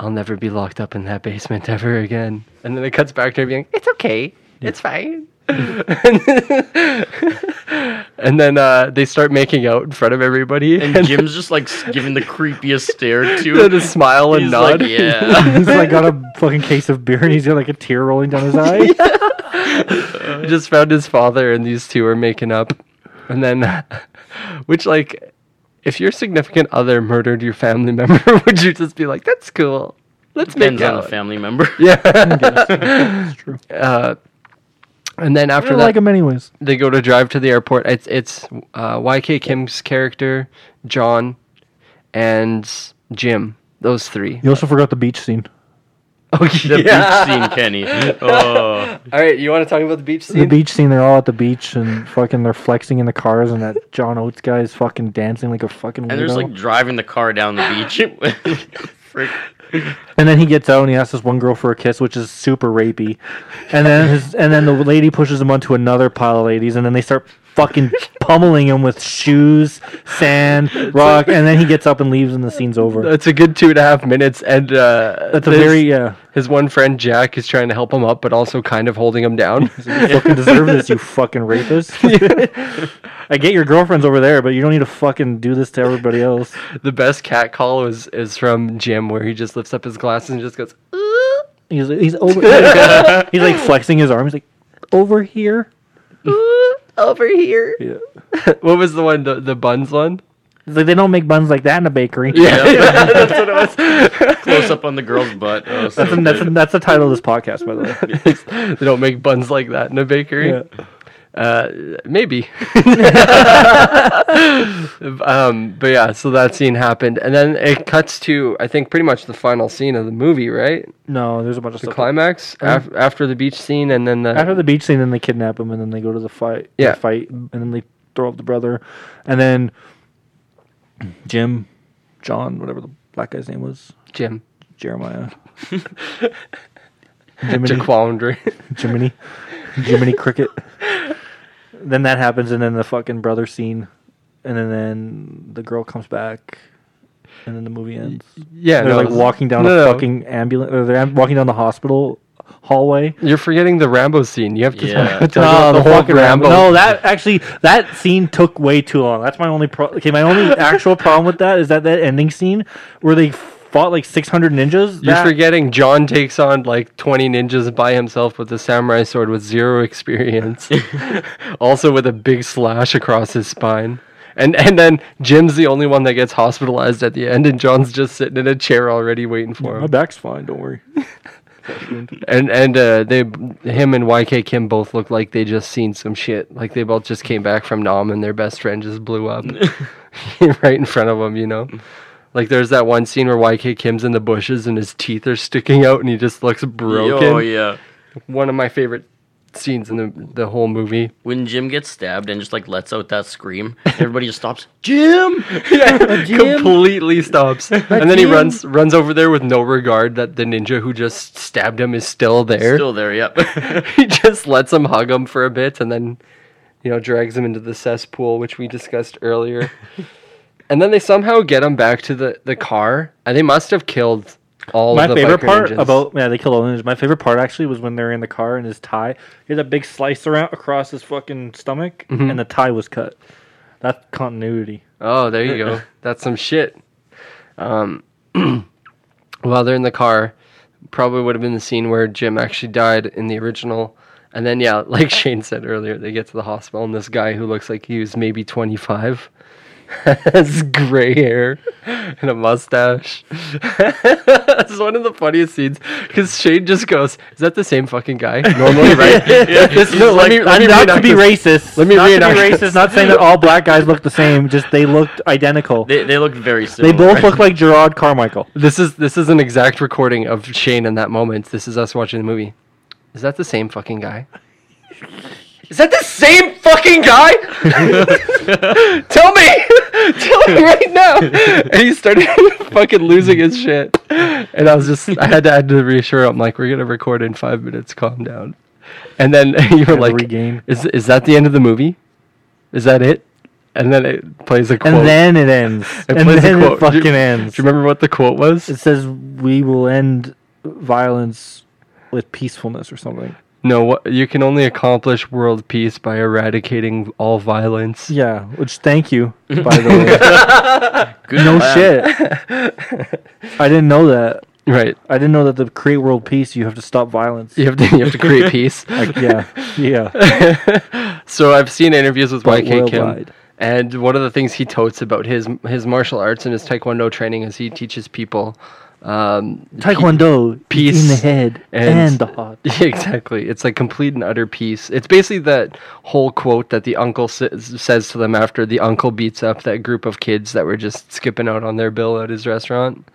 Speaker 1: i'll never be locked up in that basement ever again and then it cuts back to her being like, it's okay it's fine and then uh, they start making out in front of everybody
Speaker 8: And Jim's just like s- giving the creepiest stare
Speaker 1: Yeah,
Speaker 8: to.
Speaker 1: just smile and
Speaker 8: He's
Speaker 1: nod.
Speaker 8: like, yeah.
Speaker 9: He's like, got a fucking case of beer and he's got like a tear rolling down his eye.
Speaker 1: Just found his father, and these two are making up. And then, which like, if your significant other murdered your family member, would you just be like, "That's cool, let's
Speaker 8: Depends
Speaker 1: make
Speaker 8: on
Speaker 1: out."
Speaker 8: the family member.
Speaker 1: Yeah, Uh, and then
Speaker 9: I
Speaker 1: after
Speaker 9: don't
Speaker 1: that,
Speaker 9: like him anyways.
Speaker 1: they go to drive to the airport. It's it's uh, YK Kim's character, John, and Jim. Those three.
Speaker 9: You also forgot the beach scene.
Speaker 1: Oh
Speaker 8: The beach scene, Kenny. Oh,
Speaker 1: All right, you want to talk about the beach
Speaker 9: The
Speaker 1: scene?
Speaker 9: beach scene, they're all at the beach and fucking they're flexing in the cars and that John Oates guy is fucking dancing like a fucking
Speaker 8: and there's
Speaker 9: weirdo.
Speaker 8: like driving the car down the beach. Frick.
Speaker 9: And then he gets out and he asks this one girl for a kiss, which is super rapey. And then his, and then the lady pushes him onto another pile of ladies, and then they start fucking pummeling him with shoes, sand, rock, and then he gets up and leaves, and the scene's over.
Speaker 1: That's a good two and a half minutes, and uh,
Speaker 9: That's a
Speaker 1: this-
Speaker 9: very yeah.
Speaker 1: His one friend Jack is trying to help him up, but also kind of holding him down.
Speaker 9: You fucking deserve this, you fucking rapist. I get your girlfriend's over there, but you don't need to fucking do this to everybody else.
Speaker 1: the best cat call is is from Jim, where he just lifts up his glasses and just goes, "Ooh."
Speaker 9: He's he's over. he's like flexing his arm. He's like over here.
Speaker 1: over here. what was the one? The, the buns one.
Speaker 9: It's like they don't make buns like that in a bakery.
Speaker 8: Close up on the girl's butt. Oh, so
Speaker 9: That's, the- that's, the-
Speaker 8: good.
Speaker 9: that's the title of this podcast, by the way.
Speaker 1: they don't make buns like that in a bakery.
Speaker 9: Yeah.
Speaker 1: Uh, maybe. um, but yeah, so that scene happened, and then it cuts to I think pretty much the final scene of the movie, right?
Speaker 9: No, there's a bunch of
Speaker 1: The
Speaker 9: stuff.
Speaker 1: climax af- after the beach scene, and then the
Speaker 9: Uh-huh. After the beach scene, then they kidnap him, and then they go to the fight. they
Speaker 1: Yeah.
Speaker 9: fight, and then they throw up the brother, and then Jim, John, whatever the black guy's name was,
Speaker 1: Jim.
Speaker 9: Jeremiah, Jiminy,
Speaker 1: Jaquandre.
Speaker 9: Jiminy, Jiminy Cricket. Then that happens, and then the fucking brother scene, and then, then the girl comes back, and then the movie ends.
Speaker 1: yeah,
Speaker 9: they're
Speaker 1: no,
Speaker 9: like
Speaker 1: it's-
Speaker 9: walking down
Speaker 1: no,
Speaker 9: a
Speaker 1: no.
Speaker 9: fucking ambulance. Or they're am- walking down the hospital hallway.
Speaker 1: You're forgetting the Rambo scene. You have to
Speaker 8: Yeah.
Speaker 1: talk about the, whole
Speaker 9: fucking
Speaker 1: Rambo.
Speaker 9: No, that actually that scene took way too long. That's my only pro- okay. My only actual problem with that is that that ending scene where they fought like 600 ninjas.
Speaker 1: You're
Speaker 9: that-
Speaker 1: forgetting John takes on like 20 ninjas by himself with a samurai sword with zero experience, also with a big slash across his spine. And and then Jim's the only one that gets hospitalized at the end, and John's just sitting in a chair already waiting for
Speaker 9: My
Speaker 1: him.
Speaker 9: back's fine. Don't worry.
Speaker 1: And and uh, they him and YK Kim both look like they just seen some shit. Like they both just came back from Nam, and their best friend just blew up right in front of them. You know. Like there's that one scene where YK Kim's in the bushes and his teeth are sticking out and he just looks broken
Speaker 8: Oh yeah.
Speaker 1: one of my favorite scenes in the the whole movie.
Speaker 8: When Jim gets stabbed and just like lets out that scream, everybody just stops. Jim,
Speaker 1: Completely stops, and then he runs runs over there with no regard that the ninja who just stabbed him is still there.
Speaker 8: still there. Yep.
Speaker 1: he just lets him hug him for a bit, and then you know drags him into the cesspool, which we discussed earlier. and then they somehow get him back to the the car, and they must have killed all
Speaker 9: my
Speaker 1: of the
Speaker 9: favorite
Speaker 1: biker
Speaker 9: part
Speaker 1: ninjas.
Speaker 9: about yeah they kill all the ninjas. My favorite part actually was when they're in the car and his tie. He had a big slice around across his fucking stomach,
Speaker 1: Mm-hmm.
Speaker 9: and the tie was cut. That continuity.
Speaker 1: Oh, there you go. That's some shit. Um, while they're in the car, probably would have been the scene where Jim actually died in the original. And then, yeah, like Shane said earlier, they get to the hospital, and this guy who looks like he was maybe 25 has gray hair and a mustache. That's one of the funniest scenes because Shane just goes, Is that the same fucking guy? Normally, right? This- no, let me- let me
Speaker 9: not to
Speaker 1: reenact
Speaker 9: be
Speaker 1: this.
Speaker 9: racist.
Speaker 1: Let me
Speaker 9: not to be
Speaker 1: reenact this.
Speaker 9: racist. Not saying that all black guys look the same. Just they looked identical. They,
Speaker 8: they they look very similar.
Speaker 9: both look like Gerard Carmichael.
Speaker 1: This is this is an exact recording of Shane in that moment. This is us watching the movie. Is that the same fucking guy? Is that the same fucking guy? Tell me! Tell me right now! And he started fucking losing his shit. And I was just, I had to, I had to reassure him, like, we're gonna record in five minutes, calm down. And then you were like,
Speaker 9: regain.
Speaker 1: is, is that the end of the movie? Is that it? And then it plays a quote.
Speaker 9: And then it ends.
Speaker 1: It
Speaker 9: and
Speaker 1: plays a
Speaker 9: then
Speaker 1: quote.
Speaker 9: it
Speaker 1: Do you-
Speaker 9: fucking ends.
Speaker 1: Do you remember what the quote was?
Speaker 9: It says we will end violence with peacefulness or something.
Speaker 1: No, what, you can only accomplish world peace by eradicating all violence.
Speaker 9: Yeah. Which thank you. By the way.
Speaker 8: Good
Speaker 9: no
Speaker 8: plan.
Speaker 9: shit. I didn't know that.
Speaker 1: Right.
Speaker 9: I didn't know that to create world peace, you have to stop violence.
Speaker 1: You have to you have to create peace.
Speaker 9: Like, yeah, yeah.
Speaker 1: So I've seen interviews with
Speaker 9: But
Speaker 1: YK Kim,
Speaker 9: worldwide.
Speaker 1: and one of the things he totes about his his martial arts and his taekwondo training is he teaches people um,
Speaker 9: Taekwondo,
Speaker 1: Peace
Speaker 9: peace in the head
Speaker 1: and-
Speaker 9: and, the heart.
Speaker 1: Yeah, exactly. It's like complete and utter peace. It's basically that whole quote that the uncle sa- says to them after the uncle beats up that group of kids that were just skipping out on their bill at his restaurant.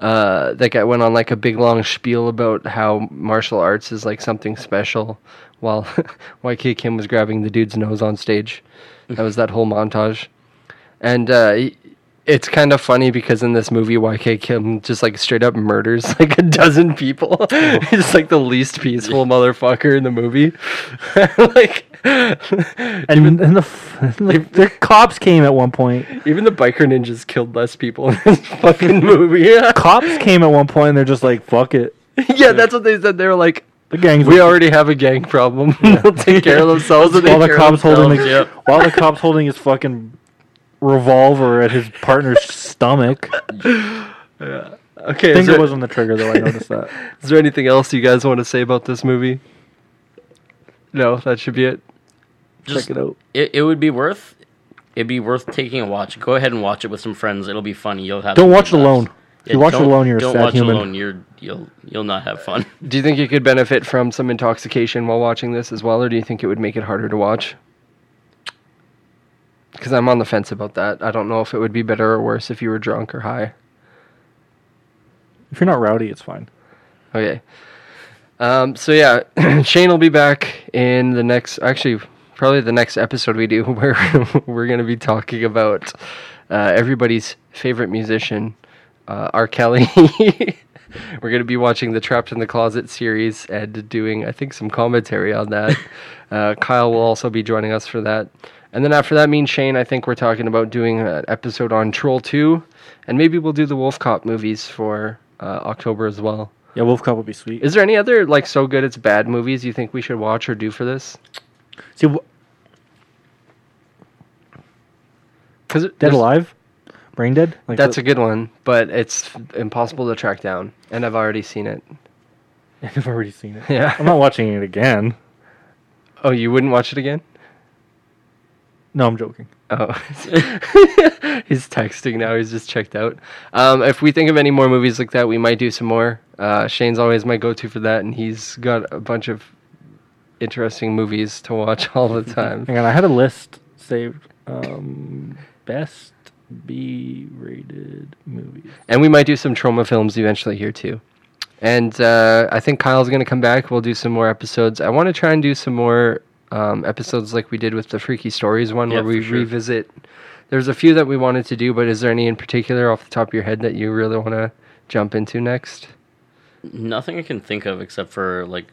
Speaker 1: Uh, that guy went on like a big long spiel about how martial arts is like something special, while YK Kim was grabbing the dude's nose on stage. That was that whole montage, and uh, he- it's kind of funny because in this movie YK Kim just like straight up murders like a dozen people.
Speaker 9: Oh.
Speaker 1: He's just like the least peaceful motherfucker in the movie. like
Speaker 9: And, and the, f- the, the cops came at one point.
Speaker 1: even the biker ninjas killed less people in this fucking movie. Yeah.
Speaker 9: Cops came at one point, and they're just like, "Fuck it,
Speaker 1: yeah, that's what they said. They were like,
Speaker 9: the gangs."
Speaker 1: "We
Speaker 9: will-
Speaker 1: already have a gang problem. They'll take care of themselves." and they
Speaker 9: while the
Speaker 1: care
Speaker 9: cops holding the,
Speaker 1: themselves." Yep.
Speaker 9: while the cops holding his fucking revolver at his partner's stomach.
Speaker 1: Okay, is
Speaker 9: Finger
Speaker 1: there-
Speaker 9: was on the trigger though. I noticed that.
Speaker 1: is there anything else you guys want to say about this movie? No, that should be it.
Speaker 8: Just,
Speaker 9: Check it out.
Speaker 8: it, it would be worth it'd be worth taking a watch. Go ahead and watch it with some friends. It'll be funny. You'll have
Speaker 9: Don't
Speaker 8: some
Speaker 9: watch it
Speaker 8: good laughs.
Speaker 9: alone. If you watch it
Speaker 8: don't-
Speaker 9: alone, you're a
Speaker 8: don't
Speaker 9: sad
Speaker 8: watch it
Speaker 9: human.
Speaker 8: alone. You're you'll you'll not have fun.
Speaker 1: Do you think you could benefit from some intoxication while watching this as well, or do you think it would make it harder to watch? Because I'm on the fence about that. I don't know if it would be better or worse if you were drunk or high.
Speaker 9: If you're not rowdy, it's fine.
Speaker 1: Okay. Um, so yeah, Shane will be back in the next, actually, probably the next episode we do, where we're going to be talking about uh, everybody's favorite musician, uh, R. Kelly. we're going to be watching the Trapped in the Closet series and doing, I think, some commentary on that. uh, Kyle will also be joining us for that. And then after that, me and Shane, I think we're talking about doing an episode on Troll 2, and maybe we'll do the Wolf Cop movies for uh, October as well.
Speaker 9: Yeah, Wolf Cop would be sweet.
Speaker 1: Is there any other like so good it's bad movies you think we should watch or do for this?
Speaker 9: See, wh-
Speaker 1: Because
Speaker 9: Dead Alive, Brain Dead. Like,
Speaker 1: That's a good one, but it's impossible to track down, and I've already seen it.
Speaker 9: I've already seen it.
Speaker 1: Yeah.
Speaker 9: I'm not watching it again.
Speaker 1: Oh, you wouldn't watch it again?
Speaker 9: No, I'm joking.
Speaker 1: Oh, he's texting now. He's just checked out. Um, if we think of any more movies like that, we might do some more. Uh, Shane's always my go-to for that, and he's got a bunch of interesting movies to watch all the time.
Speaker 9: Hang on, I had a list saved. Um, best B-rated movies.
Speaker 1: and we might do some trauma films eventually here too. And uh, I think Kyle's going to come back. We'll do some more episodes. I want to try and do some more um, episodes like we did with the Freaky Stories one,
Speaker 8: Yeah,
Speaker 1: where we
Speaker 8: for sure.
Speaker 1: revisit. There's a few that we wanted to do, but is there any in particular off the top of your head that you really want to jump into next?
Speaker 8: Nothing I can think of except for like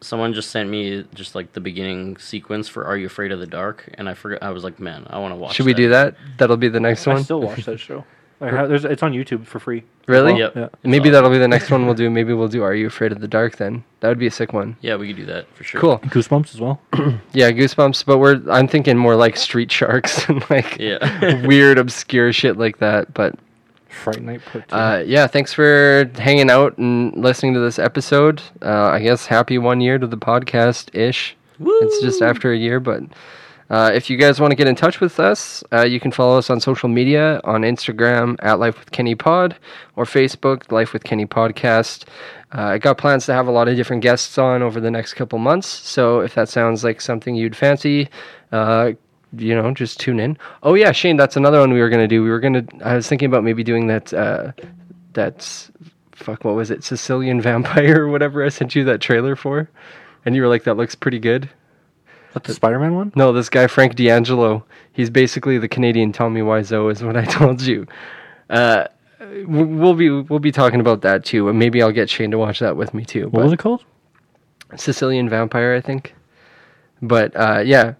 Speaker 8: someone just sent me just like the beginning sequence for Are You Afraid of the Dark? And I forgot. I was like, man, I want to watch.
Speaker 1: Should we do that? That'll be the next
Speaker 9: I
Speaker 1: one.
Speaker 9: still watch that show. I have, there's, it's on YouTube for free.
Speaker 1: Really?
Speaker 8: Yep.
Speaker 9: Yeah.
Speaker 1: Maybe that'll be the next one we'll do. Maybe we'll do Are You Afraid of the Dark then? That would be a sick one.
Speaker 8: Yeah, we could do that for sure.
Speaker 1: Cool.
Speaker 9: Goosebumps as well.
Speaker 1: Yeah, Goosebumps, but we're I'm thinking more like Street Sharks and like
Speaker 8: Yeah.
Speaker 1: weird obscure shit like that, but
Speaker 9: Fright Night Part Two.
Speaker 1: Uh, yeah, thanks for hanging out and listening to this episode. Uh, I guess happy one year to the podcast ish. It's just after a year, but uh, if you guys want to get in touch with us, uh, you can follow us on social media on Instagram at Life with Kenny Pod or Facebook Life with Kenny Podcast. Uh, I got plans to have a lot of different guests on over the next couple months, so if that sounds like something you'd fancy, uh, you know, just tune in. Oh yeah, Shane, that's another one we were gonna do. We were gonna. I was thinking about maybe doing that. Uh, that's fuck. What was it? Sicilian Vampire or whatever I sent you that trailer for, and you were like, "That looks pretty good."
Speaker 9: What, the Spider-Man one?
Speaker 1: No, this guy Frank D'Angelo. He's basically the Canadian Tommy Wiseau, is what I told you. Uh, w- we'll be we'll be talking about that too, and maybe I'll get Shane to watch that with me too.
Speaker 9: What was it called?
Speaker 1: Sicilian Vampire, I think. But uh, yeah,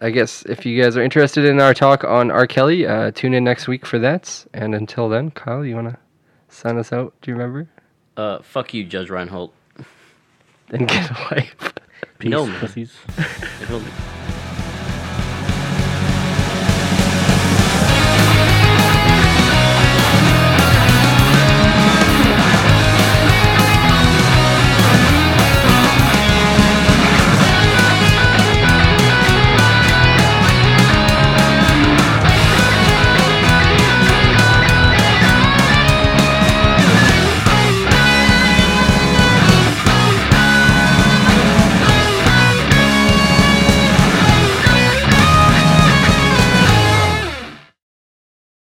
Speaker 1: I guess if you guys are interested in our talk on R. Kelly, uh, tune in next week for that. And until then, Kyle, you want to sign us out? Do you remember?
Speaker 8: Uh, fuck you, Judge Reinhold.
Speaker 1: Then get a life.
Speaker 8: No,
Speaker 9: Pussies.
Speaker 8: man.